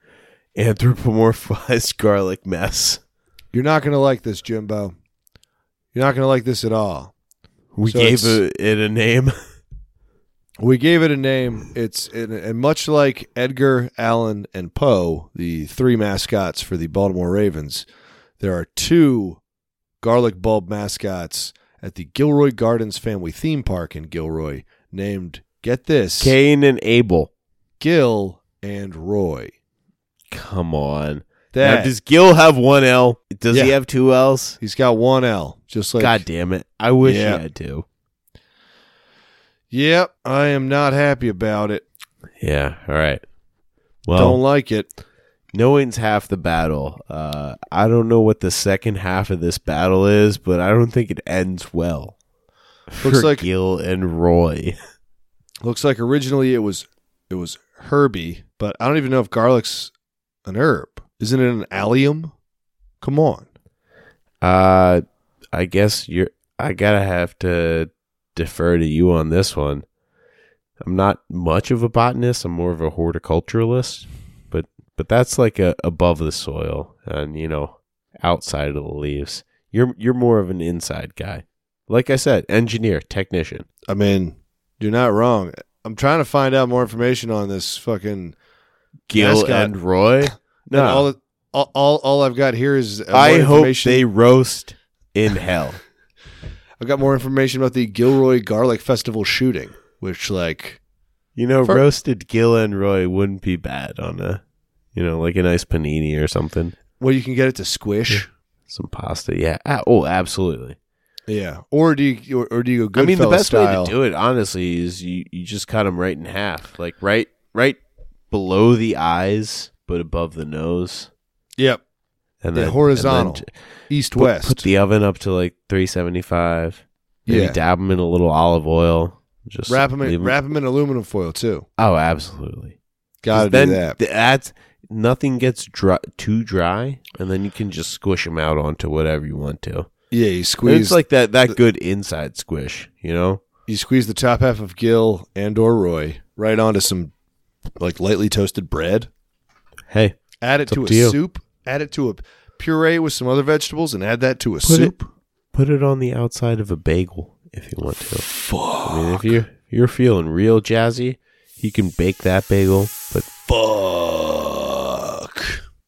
Speaker 1: anthropomorphized garlic mess.
Speaker 2: You're not going to like this, Jimbo. You're not going to like this at all.
Speaker 1: We
Speaker 2: So
Speaker 1: gave
Speaker 2: it's-
Speaker 1: it, it a name.
Speaker 2: We gave it a name. It's and, and much like Edgar Allan and Poe, the three mascots for the Baltimore Ravens, there are two garlic bulb mascots at the Gilroy Gardens Family Theme Park in Gilroy, named get this
Speaker 1: Cain and Abel.
Speaker 2: Gil and Roy.
Speaker 1: Come on. Now,
Speaker 2: That
Speaker 1: does Gil have one L? Does he
Speaker 2: Yeah.
Speaker 1: have two L's?
Speaker 2: he's got one L, just like
Speaker 1: God damn it. I wish
Speaker 2: Yeah.
Speaker 1: he had two.
Speaker 2: Yep, I am not happy about it.
Speaker 1: Yeah. All right. Well,
Speaker 2: Don't like it.
Speaker 1: knowing's half the battle. Uh, I don't know what the second half of this battle is, but I don't think it ends well.
Speaker 2: Looks
Speaker 1: for
Speaker 2: like-
Speaker 1: Gil and Roy.
Speaker 2: Looks like originally it was it was herby, but I don't even know if garlic's an herb. Isn't it an allium? Come on.
Speaker 1: Uh, I guess you're. I gotta have to defer to you on this one. I'm not much of a botanist. I'm more of a horticulturalist, but but that's like a above the soil and you know outside of the leaves. You're you're more of an inside guy. Like I said, engineer, technician.
Speaker 2: I mean, you're not wrong. I'm trying to find out more information on this fucking.
Speaker 1: Gil
Speaker 2: Mascot.
Speaker 1: and Roy.
Speaker 2: uh, and all,
Speaker 1: No,
Speaker 2: that- all, all all I've got here is uh,
Speaker 1: I
Speaker 2: more
Speaker 1: hope
Speaker 2: information-
Speaker 1: they roast in hell.
Speaker 2: I've got more information about the Gilroy Garlic Festival shooting, which like
Speaker 1: You know,
Speaker 2: For-
Speaker 1: roasted Gil and Roy wouldn't be bad on a, you know, like a nice panini or something.
Speaker 2: well you can get it to squish.
Speaker 1: Some pasta, yeah. Ah, Oh, absolutely.
Speaker 2: Yeah. Or do you or, or do you go
Speaker 1: I mean, the
Speaker 2: Goodfellas
Speaker 1: best
Speaker 2: style?
Speaker 1: way to do it, honestly, is you you just cut them right in half, like right right below the eyes, but above the nose,
Speaker 2: Yep.
Speaker 1: and
Speaker 2: Yeah,
Speaker 1: then and
Speaker 2: horizontal.
Speaker 1: then j-
Speaker 2: East
Speaker 1: put-
Speaker 2: west.
Speaker 1: Put, the oven up to like three seventy five. Maybe
Speaker 2: yeah.
Speaker 1: dab them in a little olive oil. Just
Speaker 2: Wrap them
Speaker 1: leave
Speaker 2: in
Speaker 1: 'em-
Speaker 2: wrap 'em in aluminum foil too.
Speaker 1: Oh, absolutely.
Speaker 2: Got to
Speaker 1: then
Speaker 2: do that.
Speaker 1: th- that's nothing gets dry, too dry, and then you can just squish them out onto whatever you want to.
Speaker 2: yeah, you
Speaker 1: And
Speaker 2: squeeze
Speaker 1: it's like that that good inside squish, you know.
Speaker 2: you squeeze the top half of Gil and or Roy right onto some like lightly toasted bread.
Speaker 1: Hey,
Speaker 2: Add it
Speaker 1: up
Speaker 2: to a
Speaker 1: to you.
Speaker 2: soup. Add it to a puree with some other vegetables, and add that to a
Speaker 1: Put it-
Speaker 2: soup.
Speaker 1: put it on the outside of a bagel if you want to. I mean, if you you're feeling real jazzy, you can bake that bagel. But
Speaker 2: Fuck.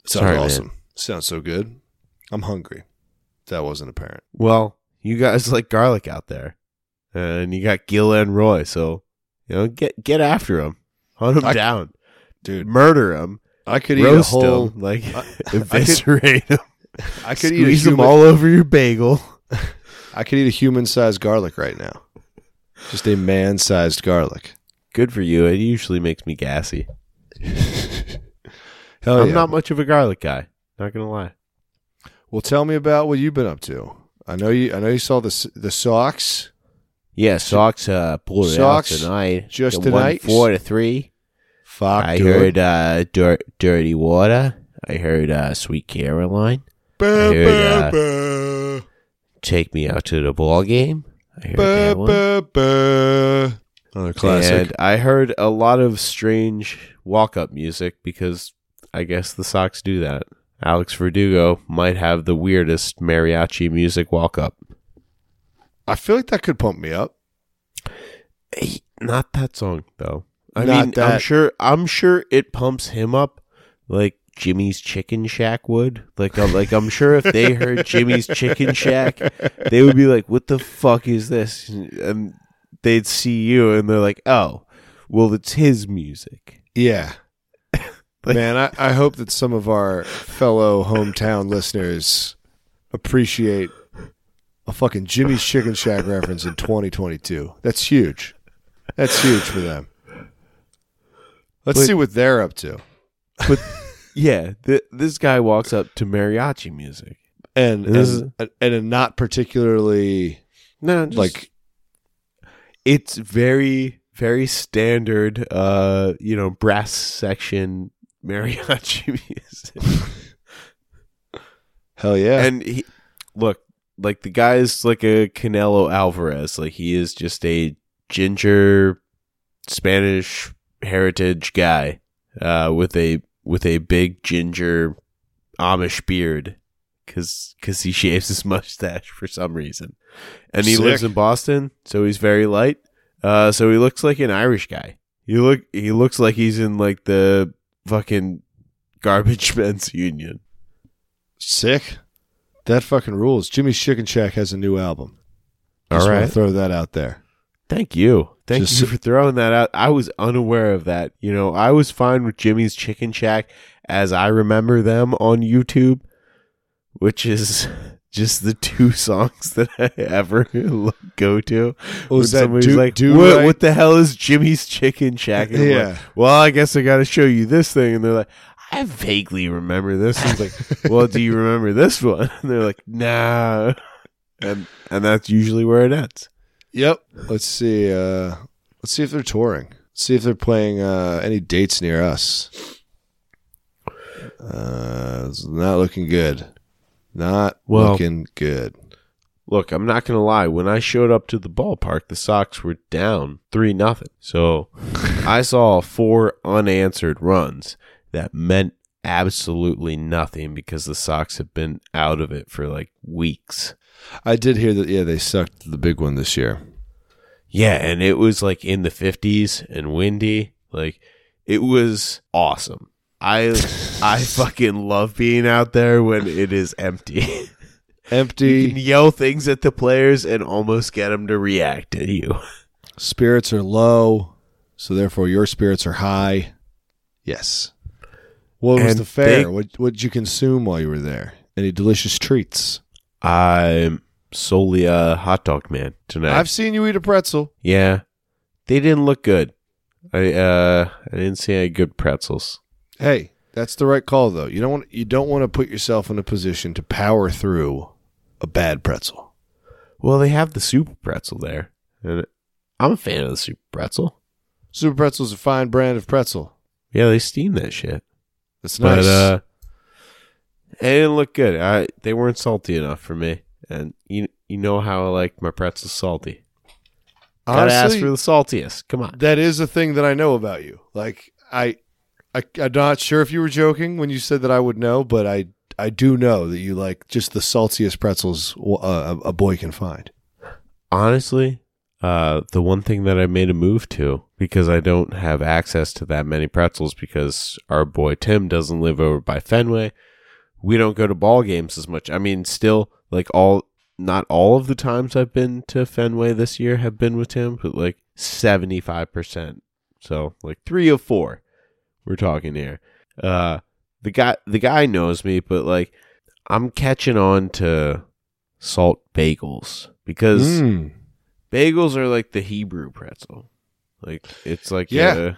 Speaker 2: Sounds
Speaker 1: Sorry, man.
Speaker 2: awesome. Sounds so good. I'm hungry. That wasn't apparent.
Speaker 1: well, you guys like garlic out there, and you got Gil and Roy, so you know get get after them, hunt them
Speaker 2: I-
Speaker 1: down,
Speaker 2: Dude,
Speaker 1: murder them,
Speaker 2: I could eat a
Speaker 1: roast
Speaker 2: whole.
Speaker 1: them, like
Speaker 2: I-
Speaker 1: eviscerate them.
Speaker 2: I could eat a
Speaker 1: Squeeze them
Speaker 2: human,
Speaker 1: all over your bagel.
Speaker 2: I could eat a human-sized garlic right now. Just a man-sized garlic.
Speaker 1: Good for you. It usually makes me gassy.
Speaker 2: Hell
Speaker 1: I'm
Speaker 2: Oh, yeah.
Speaker 1: not much of a garlic guy. Not gonna lie.
Speaker 2: Well, tell me about what you've been up to. I know you. I know you saw the s- the socks.
Speaker 1: Yeah, socks uh pulled it
Speaker 2: Socks,
Speaker 1: out tonight.
Speaker 2: just
Speaker 1: The one
Speaker 2: tonight?
Speaker 1: four to three.
Speaker 2: Fuck,
Speaker 1: I heard uh dir- dirty water. I heard uh Sweet Caroline. I heard, uh, Take me out to the ball game. I heard that one.
Speaker 2: Another classic.
Speaker 1: And I heard a lot of strange walk up music because I guess the Sox do that. Alex Verdugo might have the weirdest mariachi music walk up.
Speaker 2: I feel like that could pump me up.
Speaker 1: Not that song though. I
Speaker 2: Not
Speaker 1: mean, I'm
Speaker 2: that-
Speaker 1: sure I'm sure it pumps him up like Jimmy's Chicken Shack would. Like I'm like I'm sure if they heard Jimmy's Chicken Shack, they would be like, "What the fuck is this?" And they'd see you and they're like, "Oh, well, it's his music."
Speaker 2: Yeah.
Speaker 1: Like-
Speaker 2: Man, I, I hope that some of our fellow hometown listeners appreciate a fucking Jimmy's Chicken Shack reference in 2022. That's huge. That's huge for them. Let's
Speaker 1: But-
Speaker 2: see what they're up to.
Speaker 1: But yeah, th- this guy walks up to mariachi music.
Speaker 2: And
Speaker 1: This
Speaker 2: and, and a not particularly
Speaker 1: No, like
Speaker 2: like
Speaker 1: it's very very standard uh, you know, brass section mariachi music.
Speaker 2: hell yeah.
Speaker 1: and he look, like the guy's like a Canelo Alvarez, like he is just a ginger Spanish heritage guy uh with a with a big ginger Amish beard because he shaves his mustache for some reason. And he
Speaker 2: Sick.
Speaker 1: lives in Boston, so he's very light. Uh, so he looks like an Irish guy. He look he looks like he's in like the fucking garbage men's union.
Speaker 2: Sick. That fucking rules. Jimmy's Chicken Shack has a new album. Just wanna throw that out there.
Speaker 1: Thank you. Thank
Speaker 2: Just-
Speaker 1: you for throwing that out. I was unaware of that. You know, I was fine with Jimmy's Chicken Shack as I remember them on YouTube, which is just the two songs that I ever go to.
Speaker 2: Well, is
Speaker 1: When
Speaker 2: that
Speaker 1: somebody's
Speaker 2: do-
Speaker 1: like,
Speaker 2: do
Speaker 1: what,
Speaker 2: right?"
Speaker 1: what the hell is Jimmy's Chicken Shack? And I'm like,
Speaker 2: Yeah.
Speaker 1: well, I guess I got to show you this thing. And they're like, I vaguely remember this. And it's like, well, do you remember this one? And they're like, nah. And, and that's usually where it ends.
Speaker 2: Yep. Let's see. Uh, let's see if they're touring. see if they're playing uh, any dates near us. Uh, it's not looking good. Not
Speaker 1: Well-
Speaker 2: looking good.
Speaker 1: Look, I'm not gonna lie. When I showed up to the ballpark, the Sox were down three nothing. So I saw four unanswered runs that meant absolutely nothing because the Sox have been out of it for like weeks.
Speaker 2: I did hear that. Yeah, they sucked the big one this year.
Speaker 1: Yeah, and it was like in the 50s and windy. Like it was awesome. I I fucking love being out there when it is empty. you can
Speaker 2: Empty
Speaker 1: yell things at the players and almost get them to react at you.
Speaker 2: spirits are low, so therefore your spirits are high. Yes. What was
Speaker 1: And
Speaker 2: the fare?
Speaker 1: they-
Speaker 2: what what did you consume while you were there? Any delicious treats?
Speaker 1: I'm solely a hot dog man tonight.
Speaker 2: I've seen you eat a pretzel.
Speaker 1: yeah, they didn't look good. I uh, I didn't see any good pretzels.
Speaker 2: Hey, that's the right call though. You don't want you don't want to put yourself in a position to power through a bad pretzel.
Speaker 1: Well, they have the super pretzel there, and I'm a fan of the super pretzel.
Speaker 2: Super Pretzel is a fine brand of pretzel.
Speaker 1: Yeah, they steam that shit.
Speaker 2: That's nice.
Speaker 1: But uh, it didn't look good. I they weren't salty enough for me, and you you know how I like my pretzels salty. Gotta ask
Speaker 2: Honestly,
Speaker 1: for the saltiest. Come on.
Speaker 2: that is a thing that I know about you. Like I, I I'm not sure if you were joking when you said that I would know, but I I do know that you like just the saltiest pretzels uh, a a boy can find.
Speaker 1: honestly uh the one thing that i made a move to because i don't have access to that many pretzels because our boy tim doesn't live over by fenway we don't go to ball games as much i mean still like all not all of the times i've been to fenway this year have been with tim but like 75% so like three of four we're talking here uh the guy the guy knows me but like i'm catching on to salt bagels because
Speaker 2: Mm.
Speaker 1: bagels are like the Hebrew pretzel. Like it's like
Speaker 2: Yeah.
Speaker 1: a,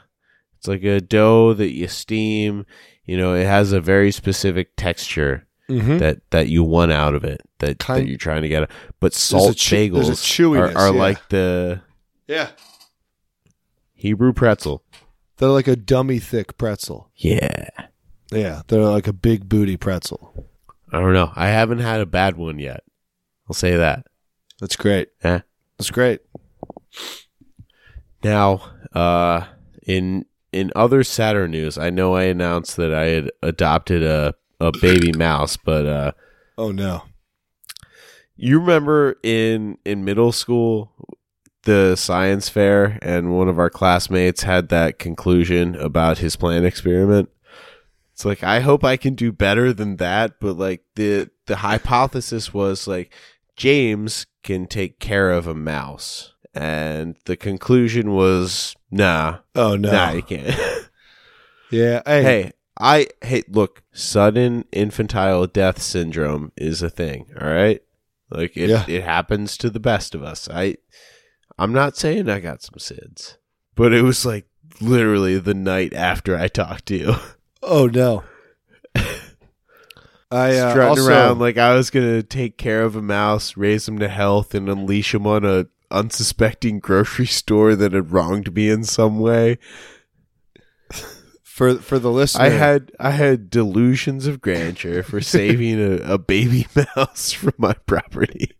Speaker 1: it's like a dough that you steam. You know, it has a very specific texture
Speaker 2: Mm-hmm.
Speaker 1: that that you want out of it that, that
Speaker 2: Kind-
Speaker 1: you're trying to get. But salt
Speaker 2: chew- there's a
Speaker 1: bagels
Speaker 2: chewiness,
Speaker 1: are, are
Speaker 2: yeah.
Speaker 1: like the
Speaker 2: Yeah,
Speaker 1: Hebrew pretzel.
Speaker 2: they're like a dummy thick pretzel.
Speaker 1: Yeah.
Speaker 2: Yeah, they're like a big booty pretzel.
Speaker 1: I don't know. I haven't had a bad one yet. I'll say that.
Speaker 2: That's great.
Speaker 1: Yeah.
Speaker 2: That's great.
Speaker 1: Now, uh, in in other Saturn news, I know I announced that I had adopted a a baby mouse, but uh,
Speaker 2: Oh no.
Speaker 1: you remember in in middle school the science fair and one of our classmates had that conclusion about his plant experiment it's like i hope i can do better than that but like the the hypothesis was like james can take care of a mouse and the conclusion was nah
Speaker 2: Oh no.
Speaker 1: nah you can't
Speaker 2: Yeah. Hey.
Speaker 1: hey i hey look sudden infantile death syndrome is a thing all right like it,
Speaker 2: Yeah.
Speaker 1: it happens to the best of us i i'm not saying i got some sids but it was like literally the night after i talked to you
Speaker 2: Oh no. I uh,
Speaker 1: strutting
Speaker 2: also,
Speaker 1: around like i was gonna take care of a mouse raise him to health and unleash him on a unsuspecting grocery store that had wronged me in some way
Speaker 2: for for the listener.
Speaker 1: I had I had delusions of grandeur for saving a, a baby mouse from my property.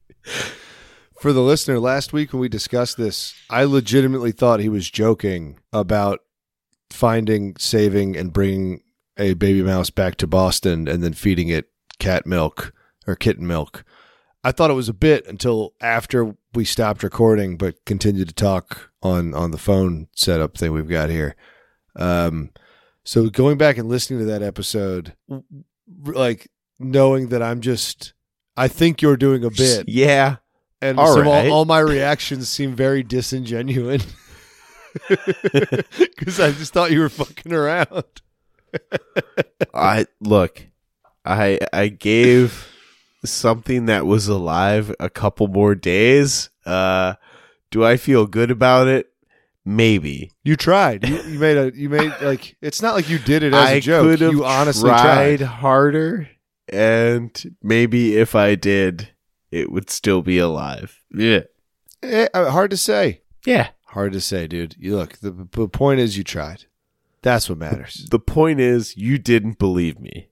Speaker 2: for the listener last week when we discussed this i legitimately thought he was joking about finding saving and bringing a baby mouse back to Boston and then feeding it cat milk or kitten milk. I thought it was a bit until after we stopped recording, but continued to talk on on the phone setup thing we've got here. Um, so going back and listening to that episode, r- like knowing that I'm just, I think you're doing a bit,
Speaker 1: Yeah.
Speaker 2: and
Speaker 1: all
Speaker 2: so
Speaker 1: right.
Speaker 2: all, all my reactions seem very disingenuous because I just thought you were fucking around.
Speaker 1: I look, I I gave something that was alive a couple more days. Uh do I feel good about it? Maybe.
Speaker 2: You tried. You, you made a. You made like it's not like you did it as
Speaker 1: I
Speaker 2: a joke.
Speaker 1: could have
Speaker 2: You honestly
Speaker 1: tried
Speaker 2: tried.
Speaker 1: harder and maybe if I did, it would still be alive. Yeah.
Speaker 2: Eh, uh, hard to say.
Speaker 1: Yeah.
Speaker 2: Hard to say, dude. You look. The, the point is, you tried. That's what matters.
Speaker 1: The point is you didn't believe me.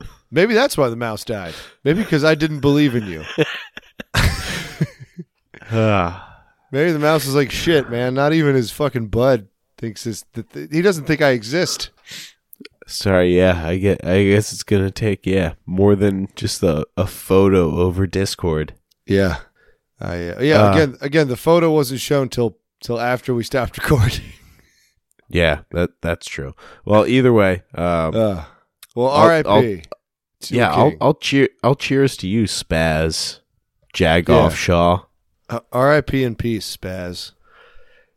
Speaker 2: Maybe that's why the mouse died. Maybe because I didn't believe in you.
Speaker 1: Ah.
Speaker 2: Maybe the mouse is like shit, man. Not even his fucking bud thinks this. Th- th- he doesn't think I exist.
Speaker 1: Sorry, yeah, I get I guess it's gonna take, yeah, more than just a, a photo over Discord.
Speaker 2: Yeah. I uh, yeah.
Speaker 1: Uh.
Speaker 2: again, again, the photo wasn't shown till till after we stopped
Speaker 1: Uh,
Speaker 2: recording.
Speaker 1: Yeah, that that's true. Well, either way, um,
Speaker 2: Uh, well,
Speaker 1: I'll-
Speaker 2: R.I.P. Too
Speaker 1: yeah, I'll,
Speaker 2: kidding.
Speaker 1: I'll cheer. I'll cheers to you, Spaz, Jagoff
Speaker 2: Yeah.
Speaker 1: Shaw.
Speaker 2: Uh, R.I.P. in peace, Spaz.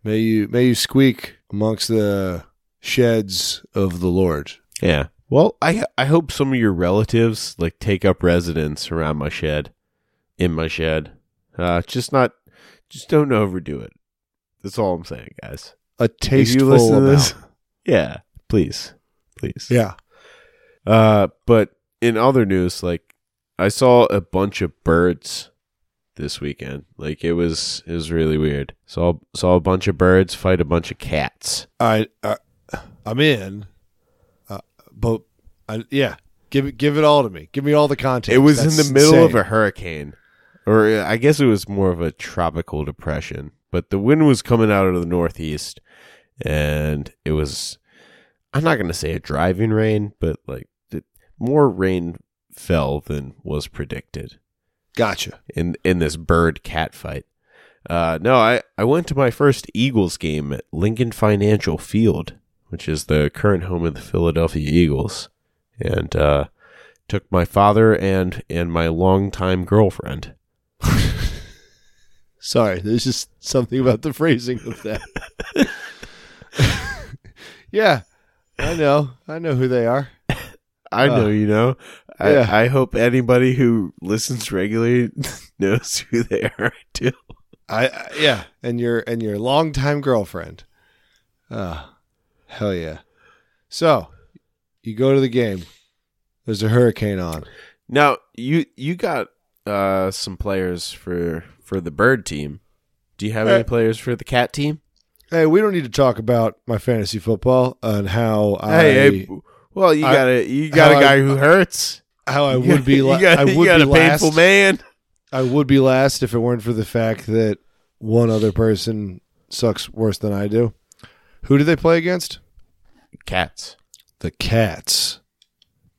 Speaker 2: May you may you squeak amongst the sheds of the Lord.
Speaker 1: Yeah. Well, I I hope some of your relatives like take up residence around my shed, in my shed. Uh, just not, just don't overdo it. That's all I'm saying, guys.
Speaker 2: A
Speaker 1: you
Speaker 2: tasteful
Speaker 1: listen to
Speaker 2: amount.
Speaker 1: this- Yeah, please, please.
Speaker 2: Yeah.
Speaker 1: Uh, but in other news, like I saw a bunch of birds this weekend. Like it was it was really weird. Saw saw a bunch of birds fight a bunch of cats.
Speaker 2: All right. Uh, I'm in. Uh, but I, yeah, give it give it all to me. Give me all the context.
Speaker 1: It was in
Speaker 2: That's
Speaker 1: the middle of
Speaker 2: insane.
Speaker 1: a hurricane, or uh, I guess it was more of a tropical depression. But the wind was coming out of the northeast, and it was I'm not gonna say a driving rain, but like it, more rain fell than was predicted.
Speaker 2: Gotcha.
Speaker 1: in in this bird cat fight. Uh, no, I, I went to my first Eagles game at Lincoln Financial Field, which is the current home of the Philadelphia Eagles, and uh, took my father and and my longtime girlfriend.
Speaker 2: Sorry, there's just something about the phrasing of that. yeah, I know. I know who they are.
Speaker 1: I
Speaker 2: Uh,
Speaker 1: know you know. I,
Speaker 2: yeah.
Speaker 1: I hope anybody who listens regularly knows who they are too.
Speaker 2: I, I yeah, and your and your longtime girlfriend. Ah, hell yeah! So you go to the game. There's a hurricane on.
Speaker 1: Now you you got uh, some players for for the bird team. Do you have
Speaker 2: Uh,
Speaker 1: any players for the cat team?
Speaker 2: Hey, we don't need to talk about my fantasy football and how I
Speaker 1: Hey, hey, well, you
Speaker 2: I-
Speaker 1: got a you got a
Speaker 2: how I-
Speaker 1: guy who hurts.
Speaker 2: how I would be. La-
Speaker 1: you got,
Speaker 2: I would
Speaker 1: you got
Speaker 2: be
Speaker 1: a
Speaker 2: last.
Speaker 1: painful man.
Speaker 2: I would be last if it weren't for the fact that one other person sucks worse than I do. Who do they play against?
Speaker 1: Cats.
Speaker 2: The Cats.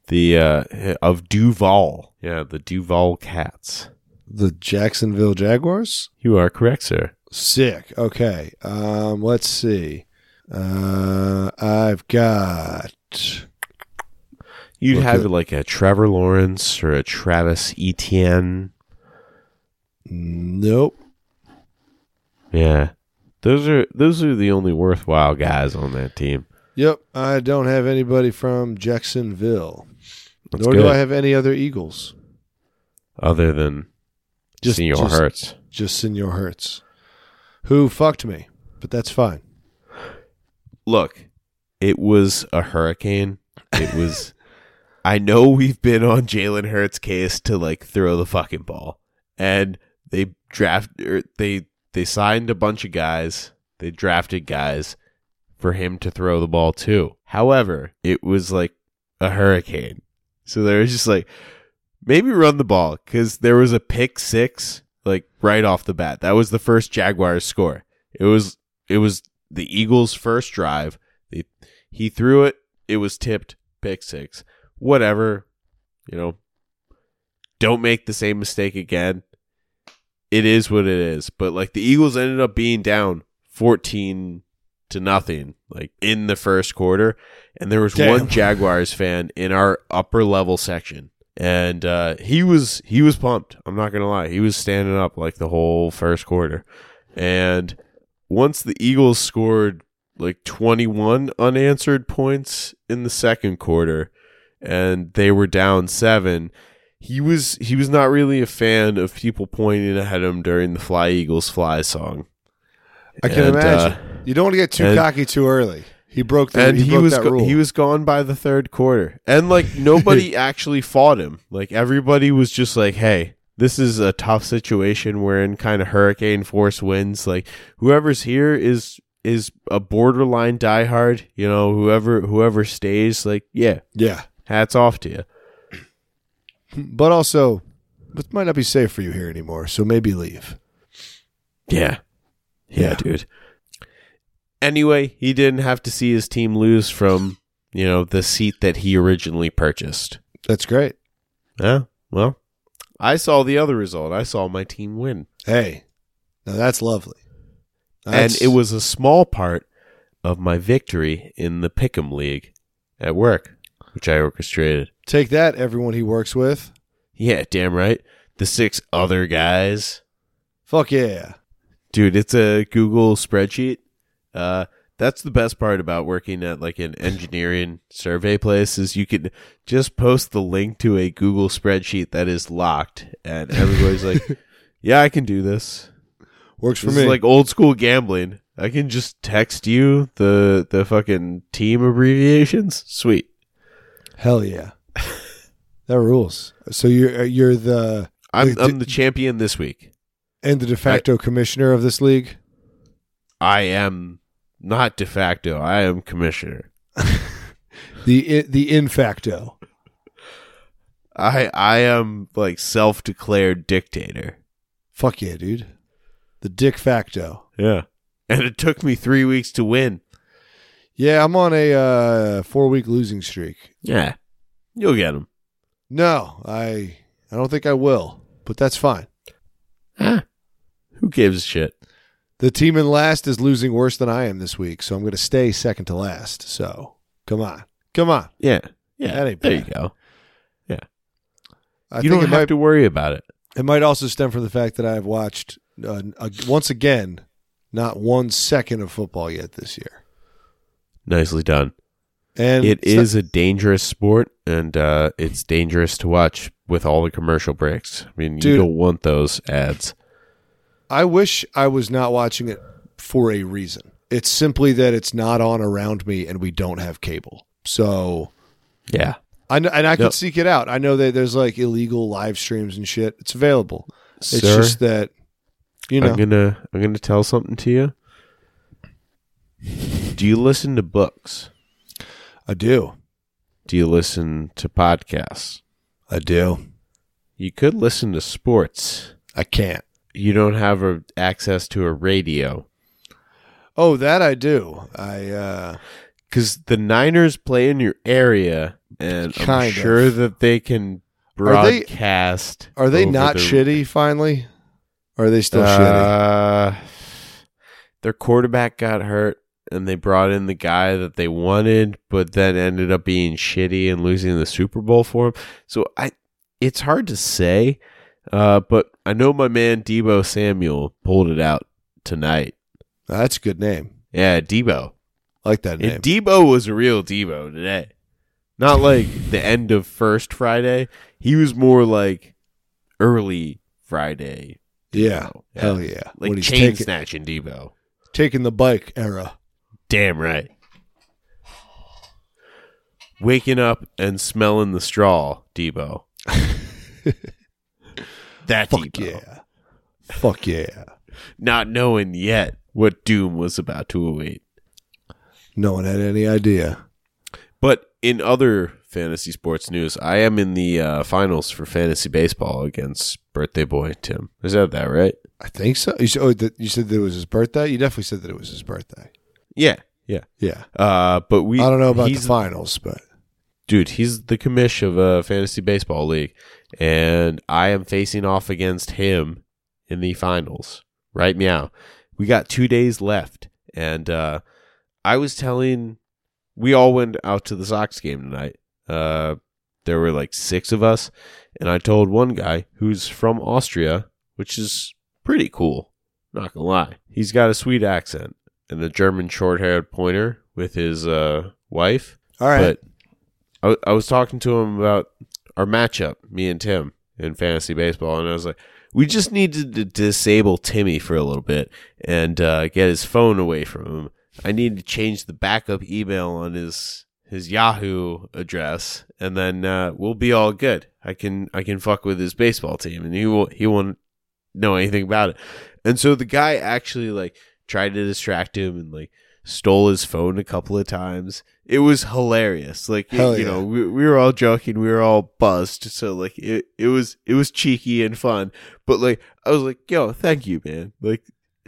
Speaker 1: The uh of Duval. Yeah, the Duval cats.
Speaker 2: The Jacksonville Jaguars?
Speaker 1: You are correct, sir.
Speaker 2: Sick. Okay. Um, let's see. Uh, I've got.
Speaker 1: You'd
Speaker 2: Look
Speaker 1: have
Speaker 2: at-
Speaker 1: like a Trevor Lawrence or a Travis Etienne.
Speaker 2: Nope.
Speaker 1: Yeah. Those are those are the only worthwhile guys on that team.
Speaker 2: Yep. I don't have anybody from Jacksonville.
Speaker 1: That's
Speaker 2: nor
Speaker 1: good.
Speaker 2: do I have any other Eagles.
Speaker 1: Other than
Speaker 2: Just-
Speaker 1: Senior
Speaker 2: just-
Speaker 1: Hurts.
Speaker 2: Just Senor Hertz, who fucked me, but that's fine.
Speaker 1: look, it was a hurricane. It was. I know we've been on Jalen Hurts' case to like throw the fucking ball, and they draft or they they signed a bunch of guys. They drafted guys for him to throw the ball to. However, it was like a hurricane, so they were just like, maybe run the ball because there was a pick six like right off the bat. That was the first Jaguars score. It was it was the Eagles' first drive. They, he threw it It was tipped pick six. Whatever. You know, don't make the same mistake again. It is what it is. But like the Eagles ended up being down 14 to nothing like in the first quarter and there was
Speaker 2: Damn.
Speaker 1: one Jaguars fan in our upper level section and uh, he was he was pumped. I'm not going to lie. He was standing up like the whole first quarter. And once the Eagles scored like 21 unanswered points in the second quarter and they were down 7 he was he was not really a fan of people pointing at him during the fly eagles fly song
Speaker 2: I can
Speaker 1: And, uh,
Speaker 2: imagine. you don't want to get too
Speaker 1: and-
Speaker 2: cocky too early. He broke the
Speaker 1: and
Speaker 2: he,
Speaker 1: he,
Speaker 2: broke
Speaker 1: was
Speaker 2: that
Speaker 1: go-
Speaker 2: rule.
Speaker 1: he was gone by the third quarter and like nobody actually fought him like everybody was just like hey this is a tough situation we're in kind of hurricane force winds like whoever's here is is a borderline diehard you know whoever whoever stays like yeah
Speaker 2: yeah,
Speaker 1: hats off to you
Speaker 2: but also, it might not be safe for you here anymore. So maybe leave.
Speaker 1: Yeah. Yeah,
Speaker 2: Yeah.
Speaker 1: dude. Anyway, he didn't have to see his team lose from, you know, the seat that he originally purchased.
Speaker 2: That's great.
Speaker 1: Yeah. Well, I saw the other result. I saw my team win.
Speaker 2: Hey, now that's lovely. That's-
Speaker 1: and it was a small part of my victory in the Pick'em League at work, which I orchestrated.
Speaker 2: take that everyone he works with.
Speaker 1: Yeah, damn right. The six other guys.
Speaker 2: Fuck yeah.
Speaker 1: dude it's a google spreadsheet uh that's the best part about working at like an engineering survey place is you can just post the link to a google spreadsheet that is locked and everybody's like yeah i can do this
Speaker 2: Works for
Speaker 1: this
Speaker 2: me.
Speaker 1: is like old school gambling i can just text you the the fucking team abbreviations sweet
Speaker 2: Hell yeah. that rules. So you're uh, you're the
Speaker 1: i'm,
Speaker 2: Wait,
Speaker 1: I'm
Speaker 2: did-
Speaker 1: the champion this week
Speaker 2: and the de facto commissioner of this league.
Speaker 1: i am not de facto i am commissioner
Speaker 2: The i- the in facto.
Speaker 1: i i am like self-declared dictator
Speaker 2: Fuck yeah, dude. The dick facto.
Speaker 1: Yeah. And it took me three weeks to win.
Speaker 2: Yeah, I'm on a uh, four week losing streak.
Speaker 1: Yeah. You'll get them.
Speaker 2: No, I I don't think I will, but that's fine.
Speaker 1: Who gives a shit?
Speaker 2: The team in last is losing worse than I am this week, so I'm going to stay second to last. So come on, come on.
Speaker 1: Yeah. Yeah.
Speaker 2: That ain't
Speaker 1: there
Speaker 2: bad.
Speaker 1: you go.
Speaker 2: I
Speaker 1: you
Speaker 2: think
Speaker 1: don't
Speaker 2: it
Speaker 1: have
Speaker 2: might
Speaker 1: to worry about it.
Speaker 2: It might also stem from the fact that I have watched uh, uh, once again not one second of football yet this year,
Speaker 1: Nicely done.
Speaker 2: and
Speaker 1: It
Speaker 2: it's not-
Speaker 1: is a dangerous sport, and uh, it's dangerous to watch with all the commercial breaks. I mean, you
Speaker 2: Dude.
Speaker 1: don't want those ads.
Speaker 2: I wish I was not watching it for a reason. It's simply that it's not on around me, and we don't have cable. So
Speaker 1: Yeah.
Speaker 2: I know, and I
Speaker 1: No.
Speaker 2: could seek it out. I know that there's like illegal live streams and shit. It's available. It's
Speaker 1: Sir,
Speaker 2: just that you know.
Speaker 1: I'm gonna I'm gonna tell something to you. Do you listen to books?
Speaker 2: I do.
Speaker 1: Do you listen to podcasts?
Speaker 2: I do.
Speaker 1: You could listen to sports.
Speaker 2: I can't.
Speaker 1: you don't have a, access to a radio
Speaker 2: Oh, that I do. I uh
Speaker 1: because the Niners play in your area, and I'm
Speaker 2: Kind of.
Speaker 1: sure that they can
Speaker 2: Are they-
Speaker 1: broadcast.
Speaker 2: are they
Speaker 1: over
Speaker 2: not
Speaker 1: the-
Speaker 2: shitty finally? Or are they still shitty?
Speaker 1: Uh, their quarterback got hurt, and they brought in the guy that they wanted, but then ended up being shitty and losing the Super Bowl for him. So I, it's hard to say, uh, but I know my man Debo Samuel pulled it out tonight.
Speaker 2: That's a good name.
Speaker 1: Yeah, Debo.
Speaker 2: I like that name.
Speaker 1: And Debo was a real Debo today. Not like the end of first Friday. He was more like early Friday.
Speaker 2: yeah.
Speaker 1: Debo.
Speaker 2: Hell yeah.
Speaker 1: Like
Speaker 2: when he's
Speaker 1: chain
Speaker 2: taking,
Speaker 1: snatching Debo.
Speaker 2: taking the bike era.
Speaker 1: Damn right. Waking up and smelling the straw, Debo. that
Speaker 2: Fuck
Speaker 1: Debo.
Speaker 2: yeah. Fuck yeah.
Speaker 1: Not knowing yet what doom was about to await.
Speaker 2: No one had any idea.
Speaker 1: But in other fantasy sports news, I am in the uh, finals for fantasy baseball against birthday boy Tim. Is that that right?
Speaker 2: I think so. You said, oh, that you said that it was his birthday? You definitely said that it was his birthday.
Speaker 1: Yeah,
Speaker 2: Yeah.
Speaker 1: Uh, but we
Speaker 2: I don't know about the
Speaker 1: he's-
Speaker 2: finals, but
Speaker 1: dude, he's the commish of a fantasy baseball league, and I am facing off against him in the finals. Right meow. We got two days left, and uh, I was telling we all went out to the Sox game tonight. Uh, there were like six of us, and I told one guy who's from Austria, which is pretty cool. Not gonna lie, he's got a sweet accent and a German short-haired pointer with his uh, wife.
Speaker 2: all right.
Speaker 1: But I, w- I was talking to him about our matchup, me and Tim in fantasy baseball, and I was like, we just needed to disable Timmy for a little bit and uh, get his phone away from him. I need to change the backup email on his his Yahoo address, and then uh, we'll be all good. I can I can fuck with his baseball team, and he won't he won't know anything about it. And so the guy actually like tried to distract him and like stole his phone a couple of times. It was hilarious. Like
Speaker 2: Hell
Speaker 1: you
Speaker 2: yeah.
Speaker 1: know, we, we were all joking, we were all buzzed, so like it, it was it was cheeky and fun. But like I was like, yo, thank you, man. Like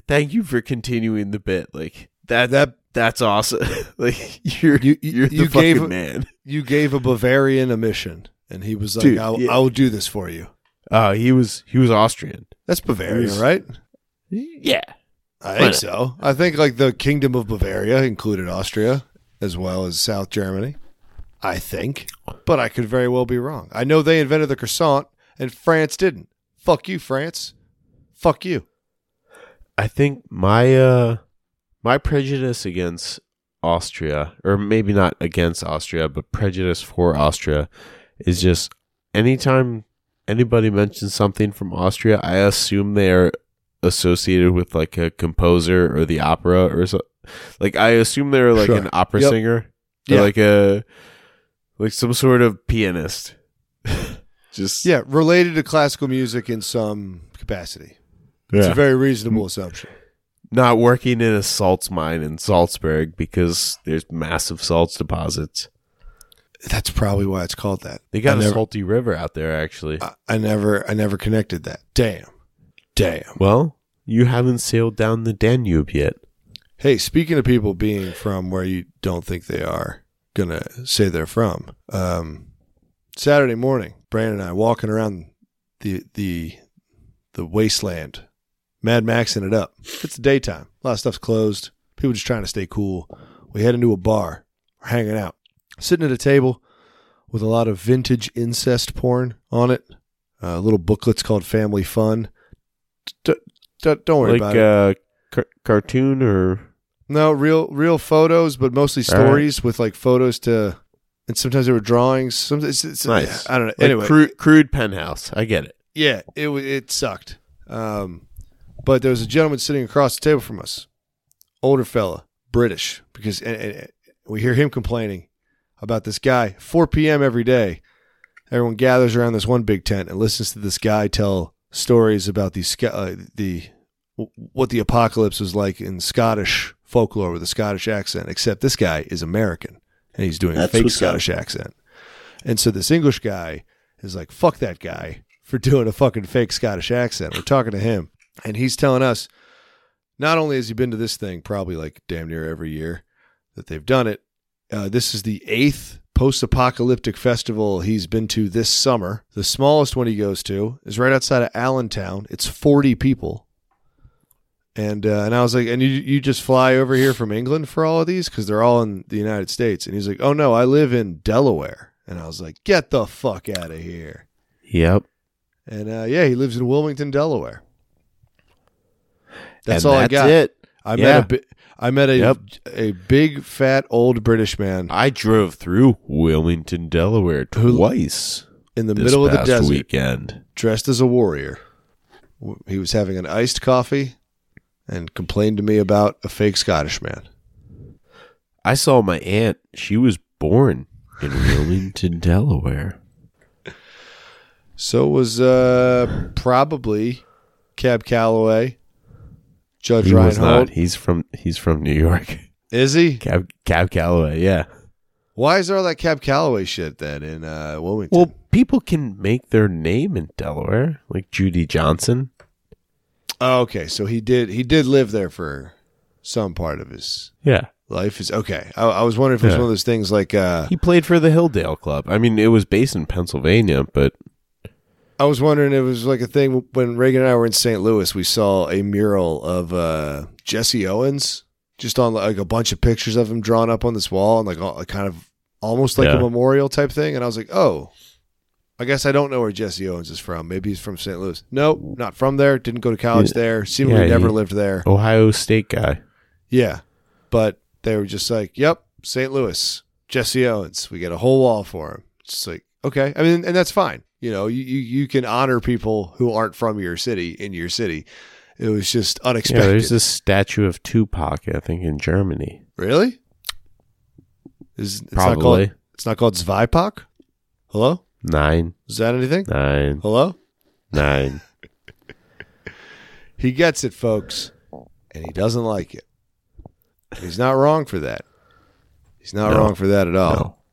Speaker 1: thank you for continuing the bit. Like that that that's awesome. like you're
Speaker 2: You-
Speaker 1: you,
Speaker 2: you-
Speaker 1: you're the
Speaker 2: you
Speaker 1: fucking
Speaker 2: gave-
Speaker 1: man.
Speaker 2: you gave a Bavarian a mission, and he was like,
Speaker 1: Dude,
Speaker 2: I'll,
Speaker 1: yeah.
Speaker 2: "I will do this for you."
Speaker 1: Uh he was he was Austrian.
Speaker 2: That's Bavaria,
Speaker 1: Yes.
Speaker 2: right?
Speaker 1: Yeah.
Speaker 2: I
Speaker 1: Why
Speaker 2: think
Speaker 1: not?
Speaker 2: so. I think like the Kingdom of Bavaria included Austria as well as South Germany. I think, but I could very well be wrong. I know they invented the croissant, and France didn't. Fuck you, France. Fuck you.
Speaker 1: I think my uh my prejudice against Austria, or maybe not against Austria, but prejudice for Austria is just anytime anybody mentions something from Austria, I assume they are associated with like a composer or the opera or so. Like I assume they're like
Speaker 2: Sure.
Speaker 1: an opera
Speaker 2: Yep.
Speaker 1: singer or
Speaker 2: Yeah.
Speaker 1: like a like some sort of pianist. just
Speaker 2: Yeah, related to classical music in some capacity. It's a
Speaker 1: Yeah.
Speaker 2: very reasonable assumption.
Speaker 1: not working in a salts mine in Salzburg because there's massive salts deposits.
Speaker 2: That's probably why it's called that.
Speaker 1: They got
Speaker 2: I
Speaker 1: a
Speaker 2: never-
Speaker 1: salty river out there, actually.
Speaker 2: I, I never, I never connected that. Damn, damn.
Speaker 1: well, you haven't sailed down the Danube yet.
Speaker 2: Hey, speaking of people being from where you don't think they are gonna say they're from, um, Saturday morning, Brandon and I walking around the the the wasteland, Mad Maxing it up. It's daytime. A lot of stuff's closed. People just trying to stay cool. We head into a bar. We're hanging out, sitting at a table with a lot of vintage incest porn on it. Uh, little booklets called Family Fun. D- d- don't worry
Speaker 1: Like
Speaker 2: about it.
Speaker 1: uh, car- cartoon or
Speaker 2: No, real real photos, but mostly
Speaker 1: All right.
Speaker 2: stories with like photos to, and sometimes they were drawings. Sometimes it's, it's
Speaker 1: Nice.
Speaker 2: I don't know.
Speaker 1: like
Speaker 2: anyway,
Speaker 1: crude, crude penthouse. I get it.
Speaker 2: yeah, it wa- it sucked. Um, but there was a gentleman sitting across the table from us, older fella, British, because and, and, and we hear him complaining about this guy. 4 p.m. every day, everyone gathers around this one big tent and listens to this guy tell stories about the Sc- uh, the what the apocalypse was like in Scottish folklore with a Scottish accent. Except this guy is American and he's doing
Speaker 3: That's
Speaker 2: a fake
Speaker 3: what's up.
Speaker 2: Scottish accent, and so this English guy is like, "Fuck that guy." For doing a fucking fake Scottish accent. We're talking to him, and he's telling us not only has he been to this thing probably like damn near every year that they've done it, uh, this is the eighth post apocalyptic festival he's been to this summer. The smallest one he goes to is right outside of Allentown. It's 40 people. And, uh, and I was like, and you, you just fly over here from England for all of these? Because they're all in the United States. And he's like, oh no, I live in Delaware. And I was like, get the fuck out of here.
Speaker 1: Yep.
Speaker 2: And uh, yeah, he lives in Wilmington, Delaware. That's
Speaker 1: And
Speaker 2: all I got.
Speaker 1: It.
Speaker 2: I
Speaker 1: Yeah.
Speaker 2: met a bi- I met a
Speaker 1: Yep. Uh,
Speaker 2: a big fat old British man
Speaker 1: I drove through Wilmington, Delaware
Speaker 2: Who-
Speaker 1: twice
Speaker 2: in the
Speaker 1: this
Speaker 2: middle of the
Speaker 1: past
Speaker 2: desert,
Speaker 1: weekend.
Speaker 2: dressed as a warrior. W- He was having an iced coffee and complained to me about a fake Scottish man.
Speaker 1: I saw my aunt. She was born in Wilmington, Delaware.
Speaker 2: So was uh, probably Cab Calloway, Judge
Speaker 1: He was
Speaker 2: Reinhold.
Speaker 1: not. He's from he's from New York.
Speaker 2: Is he?
Speaker 1: Cab Cab Calloway, yeah.
Speaker 2: Why is there all that Cab Calloway shit then in uh, Wilmington?
Speaker 1: Well, people can make their name in Delaware, like Judy Johnson.
Speaker 2: oh, okay, so he did he did live there for some part of his
Speaker 1: Yeah.
Speaker 2: Life is okay. I, I was wondering if it was
Speaker 1: Yeah.
Speaker 2: one of those things like uh,
Speaker 1: He played for the Hilldale Club. I mean, it was based in Pennsylvania, but
Speaker 2: I was wondering if it was like a thing when Reagan and I were in St. Louis. We saw a mural of uh, Jesse Owens, just on like a bunch of pictures of him drawn up on this wall, and like all, kind of almost like a
Speaker 1: Yeah.
Speaker 2: memorial type thing. And I was like, oh, I guess I don't know where Jesse Owens is from. Maybe he's from St. Louis. No, not from there. Didn't go to college there. Seemingly
Speaker 1: Yeah,
Speaker 2: never
Speaker 1: he-
Speaker 2: lived there.
Speaker 1: Ohio State guy.
Speaker 2: Yeah, but they were just like, yep, St. Louis, Jesse Owens. We get a whole wall for him. It's like, okay, I mean, and that's fine. You know, you, you you can honor people who aren't from your city in your city. It was just
Speaker 1: Yeah,
Speaker 2: unexpected.
Speaker 1: there's this statue of Tupac, I think, in Germany.
Speaker 2: really? Is it's not
Speaker 1: Probably.
Speaker 2: called it's not called Zweipak? Hello,
Speaker 1: Nine,
Speaker 2: is that anything?
Speaker 1: nine,
Speaker 2: Hello,
Speaker 1: nine.
Speaker 2: he gets it, folks, and he doesn't like it. He's not wrong for that. He's not
Speaker 1: No.
Speaker 2: wrong for that at all.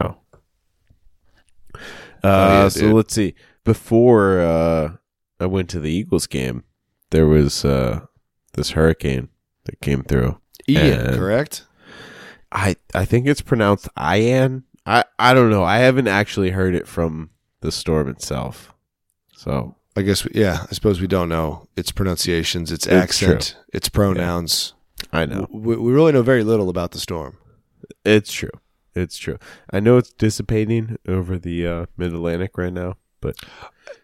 Speaker 1: No. No. Uh,
Speaker 2: Oh, yeah,
Speaker 1: so
Speaker 2: dude.
Speaker 1: let's see. Before uh, I went to the Eagles game, there was uh, this hurricane that came through.
Speaker 2: Ian,
Speaker 1: And-
Speaker 2: correct?
Speaker 1: I I think it's pronounced Ian. I I don't know. I haven't actually heard it from the storm itself. So
Speaker 2: I guess, we, yeah, I suppose we don't know its pronunciations, its,
Speaker 1: It's
Speaker 2: accent, its pronouns.
Speaker 1: I know
Speaker 2: We, we really know very little about the storm.
Speaker 1: it's true. It's true. I know it's dissipating over the uh, Mid Atlantic right now, but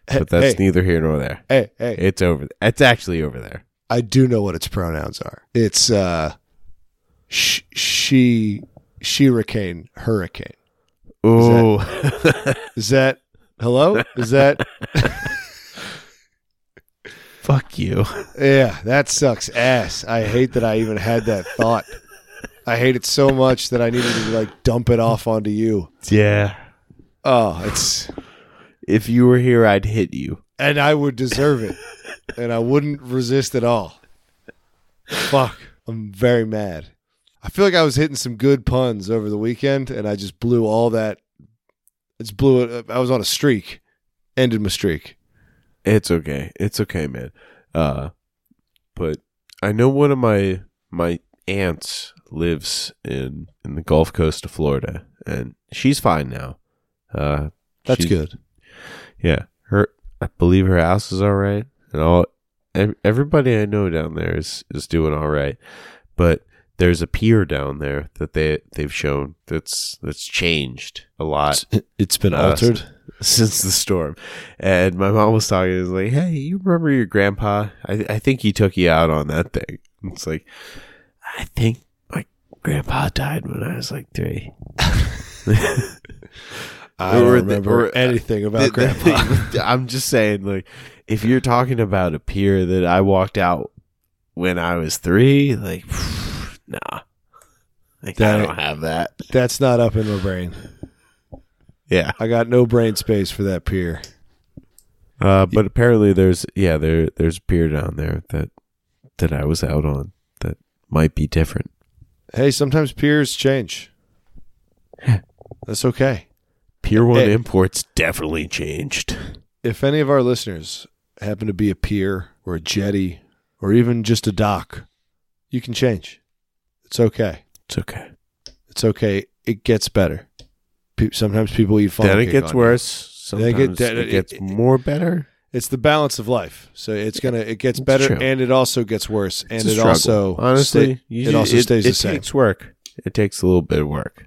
Speaker 1: but
Speaker 2: hey,
Speaker 1: that's neither here nor there.
Speaker 2: hey, hey,
Speaker 1: It's over. It's actually over there.
Speaker 2: I do know what its pronouns are. It's uh, sh- she, she hurricane, hurricane.
Speaker 1: Oh,
Speaker 2: Is that hello? Is that
Speaker 1: fuck you.
Speaker 2: yeah? That sucks ass. I hate that I even had that thought. I hate it so much that I needed to like dump it off onto you.
Speaker 1: Yeah.
Speaker 2: Oh, it's
Speaker 1: If you were here, I'd hit you.
Speaker 2: and I would deserve it, and I wouldn't resist at all. Fuck, I'm very mad. I feel like I was hitting some good puns over the weekend, and I just blew all that. I just blew it. I was on a streak, ended my streak.
Speaker 1: It's okay. It's okay, man. Uh, but I know one of my my aunts lives in in the Gulf Coast of Florida, and she's fine now. Uh,
Speaker 2: That's
Speaker 1: she's-
Speaker 2: good.
Speaker 1: Yeah, her I believe her house is all right, and all ev- everybody I know down there is is doing all right. But there's a pier down there that they they've shown that's that's changed a lot
Speaker 2: It's been
Speaker 1: Uh, since the storm. And my mom was talking, is like, hey, you remember your grandpa? I, I think he took you out on that thing. And It's like, I think my grandpa died when I was like three.
Speaker 2: I don't
Speaker 1: or the-
Speaker 2: remember
Speaker 1: or- uh,
Speaker 2: anything about
Speaker 1: The- the-
Speaker 2: grandpa.
Speaker 1: I'm just saying, like, if you're talking about a pier that I walked out when I was three, like, nah. Like, I
Speaker 2: That-
Speaker 1: don't have that.
Speaker 2: That's not up in my brain.
Speaker 1: Yeah.
Speaker 2: I got no brain space for that pier.
Speaker 1: Uh, but apparently there's yeah there there's a pier down there that that I was out on that might be different.
Speaker 2: Hey, sometimes piers change. That's okay.
Speaker 1: Pier One
Speaker 2: Hey.
Speaker 1: imports definitely changed.
Speaker 2: if any of our listeners happen to be a pier or a jetty or even just a dock, you can change. It's okay.
Speaker 1: It's okay.
Speaker 2: It's okay. It gets better. Pe- sometimes people eat funnel
Speaker 1: then it
Speaker 2: cake
Speaker 1: gets
Speaker 2: on
Speaker 1: worse.
Speaker 2: Then it
Speaker 1: Sometimes
Speaker 2: get-
Speaker 1: it,
Speaker 2: then it-
Speaker 1: gets
Speaker 2: it-
Speaker 1: more better.
Speaker 2: you. It's the balance of life. So it's gonna. It gets better,
Speaker 1: true.
Speaker 2: and it also gets worse, and
Speaker 1: It's a
Speaker 2: it
Speaker 1: struggle.
Speaker 2: also
Speaker 1: honestly
Speaker 2: sta- it also stays
Speaker 1: it
Speaker 2: the same.
Speaker 1: takes work. It takes a little bit of work.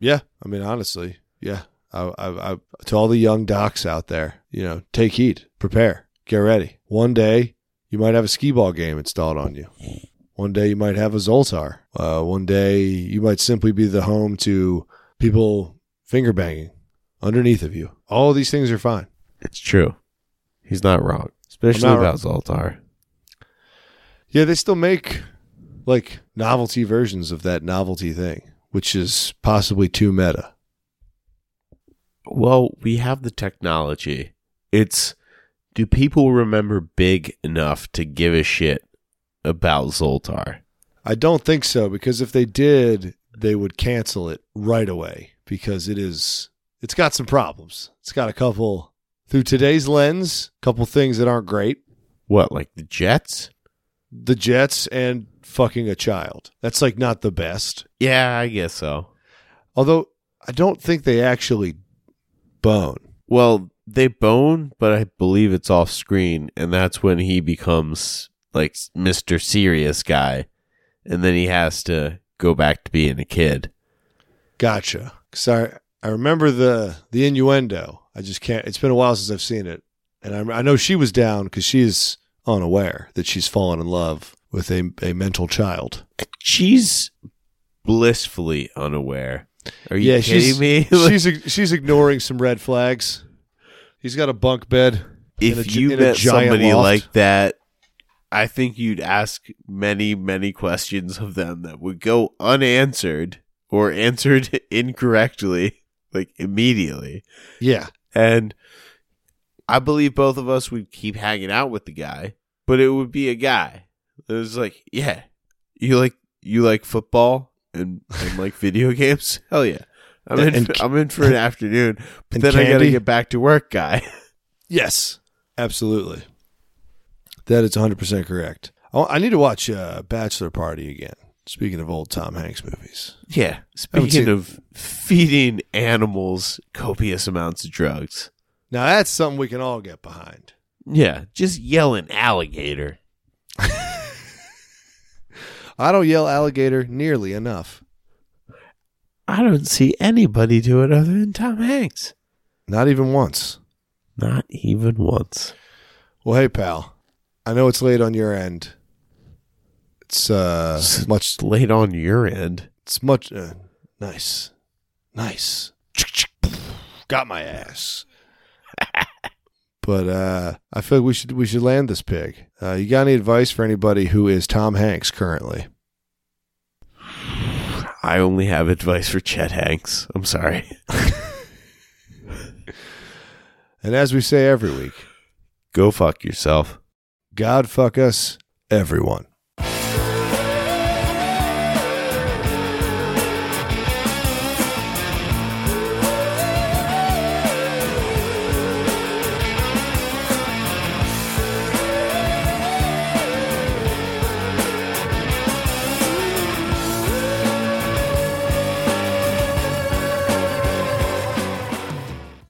Speaker 2: Yeah, I mean, honestly, yeah. I, I, I, to all the young docs out there, you know, take heed, prepare, get ready. One day you might have a skee ball game installed on you. One day you might have a Zoltar. Uh, one day you might simply be the home to people finger banging underneath of you. All these things are fine.
Speaker 1: It's true. He's not wrong, especially
Speaker 2: not
Speaker 1: about Zoltar.
Speaker 2: Yeah, they still make like novelty versions of that novelty thing, which is possibly too meta.
Speaker 1: Well, we have the technology. It's do people remember big enough to give a shit about Zoltar?
Speaker 2: I don't think so because if they did, they would cancel it right away because it is it's got some problems. It's got a couple through today's lens, couple things that aren't great.
Speaker 1: What, like the Jets?
Speaker 2: The Jets and fucking a child. That's like not the best.
Speaker 1: Yeah, I guess so.
Speaker 2: Although I don't think they actually bone.
Speaker 1: Well, they bone, but I believe it's off screen, and that's when he becomes like Mr. Serious guy, and then he has to go back to being a kid.
Speaker 2: Gotcha. Cause I I remember the the innuendo. I just can't. It's been a while since I've seen it, and I, I know she was down because she's unaware that she's fallen in love with a a mental child.
Speaker 1: She's blissfully unaware. Are you
Speaker 2: Yeah,
Speaker 1: kidding
Speaker 2: she's-
Speaker 1: me? Like,
Speaker 2: she's ig- she's ignoring some red flags. He's got a bunk bed. in a
Speaker 1: if
Speaker 2: gi-
Speaker 1: you
Speaker 2: in a
Speaker 1: met
Speaker 2: giant
Speaker 1: somebody
Speaker 2: loft.
Speaker 1: like that, I think you'd ask many, many questions of them that would go unanswered or answered incorrectly, like immediately.
Speaker 2: Yeah,
Speaker 1: And I believe both of us would keep hanging out with the guy, but it would be a guy. It was like, yeah, you like you like football and, and like video games. Hell yeah, I'm in.
Speaker 2: And-
Speaker 1: for, I'm in for an afternoon, but
Speaker 2: and
Speaker 1: then I gotta
Speaker 2: candy?
Speaker 1: get back to work, guy.
Speaker 2: Yes, absolutely. That is 100% correct. I, I need to watch uh, Bachelor Party again. Speaking of old Tom Hanks movies,
Speaker 1: Yeah.
Speaker 2: haven't
Speaker 1: Speaking
Speaker 2: seen-
Speaker 1: of feeding animals copious amounts of drugs.
Speaker 2: now that's something we can all get behind.
Speaker 1: Yeah, just yelling alligator.
Speaker 2: I don't yell alligator nearly enough.
Speaker 1: I don't see anybody do it other than Tom Hanks.
Speaker 2: Not even once.
Speaker 1: Not even once.
Speaker 2: Well, hey, pal. I know it's late on your end. It's uh much.
Speaker 1: It's late on your end.
Speaker 2: It's much. Uh, nice, nice. Got my ass. but uh, I feel like we should we should land this pig. Uh, you got any advice for anybody who is Tom Hanks currently?
Speaker 1: I only have advice for Chet Hanks. I'm sorry.
Speaker 2: And as we say every week,
Speaker 1: Go fuck yourself.
Speaker 2: God fuck us, everyone.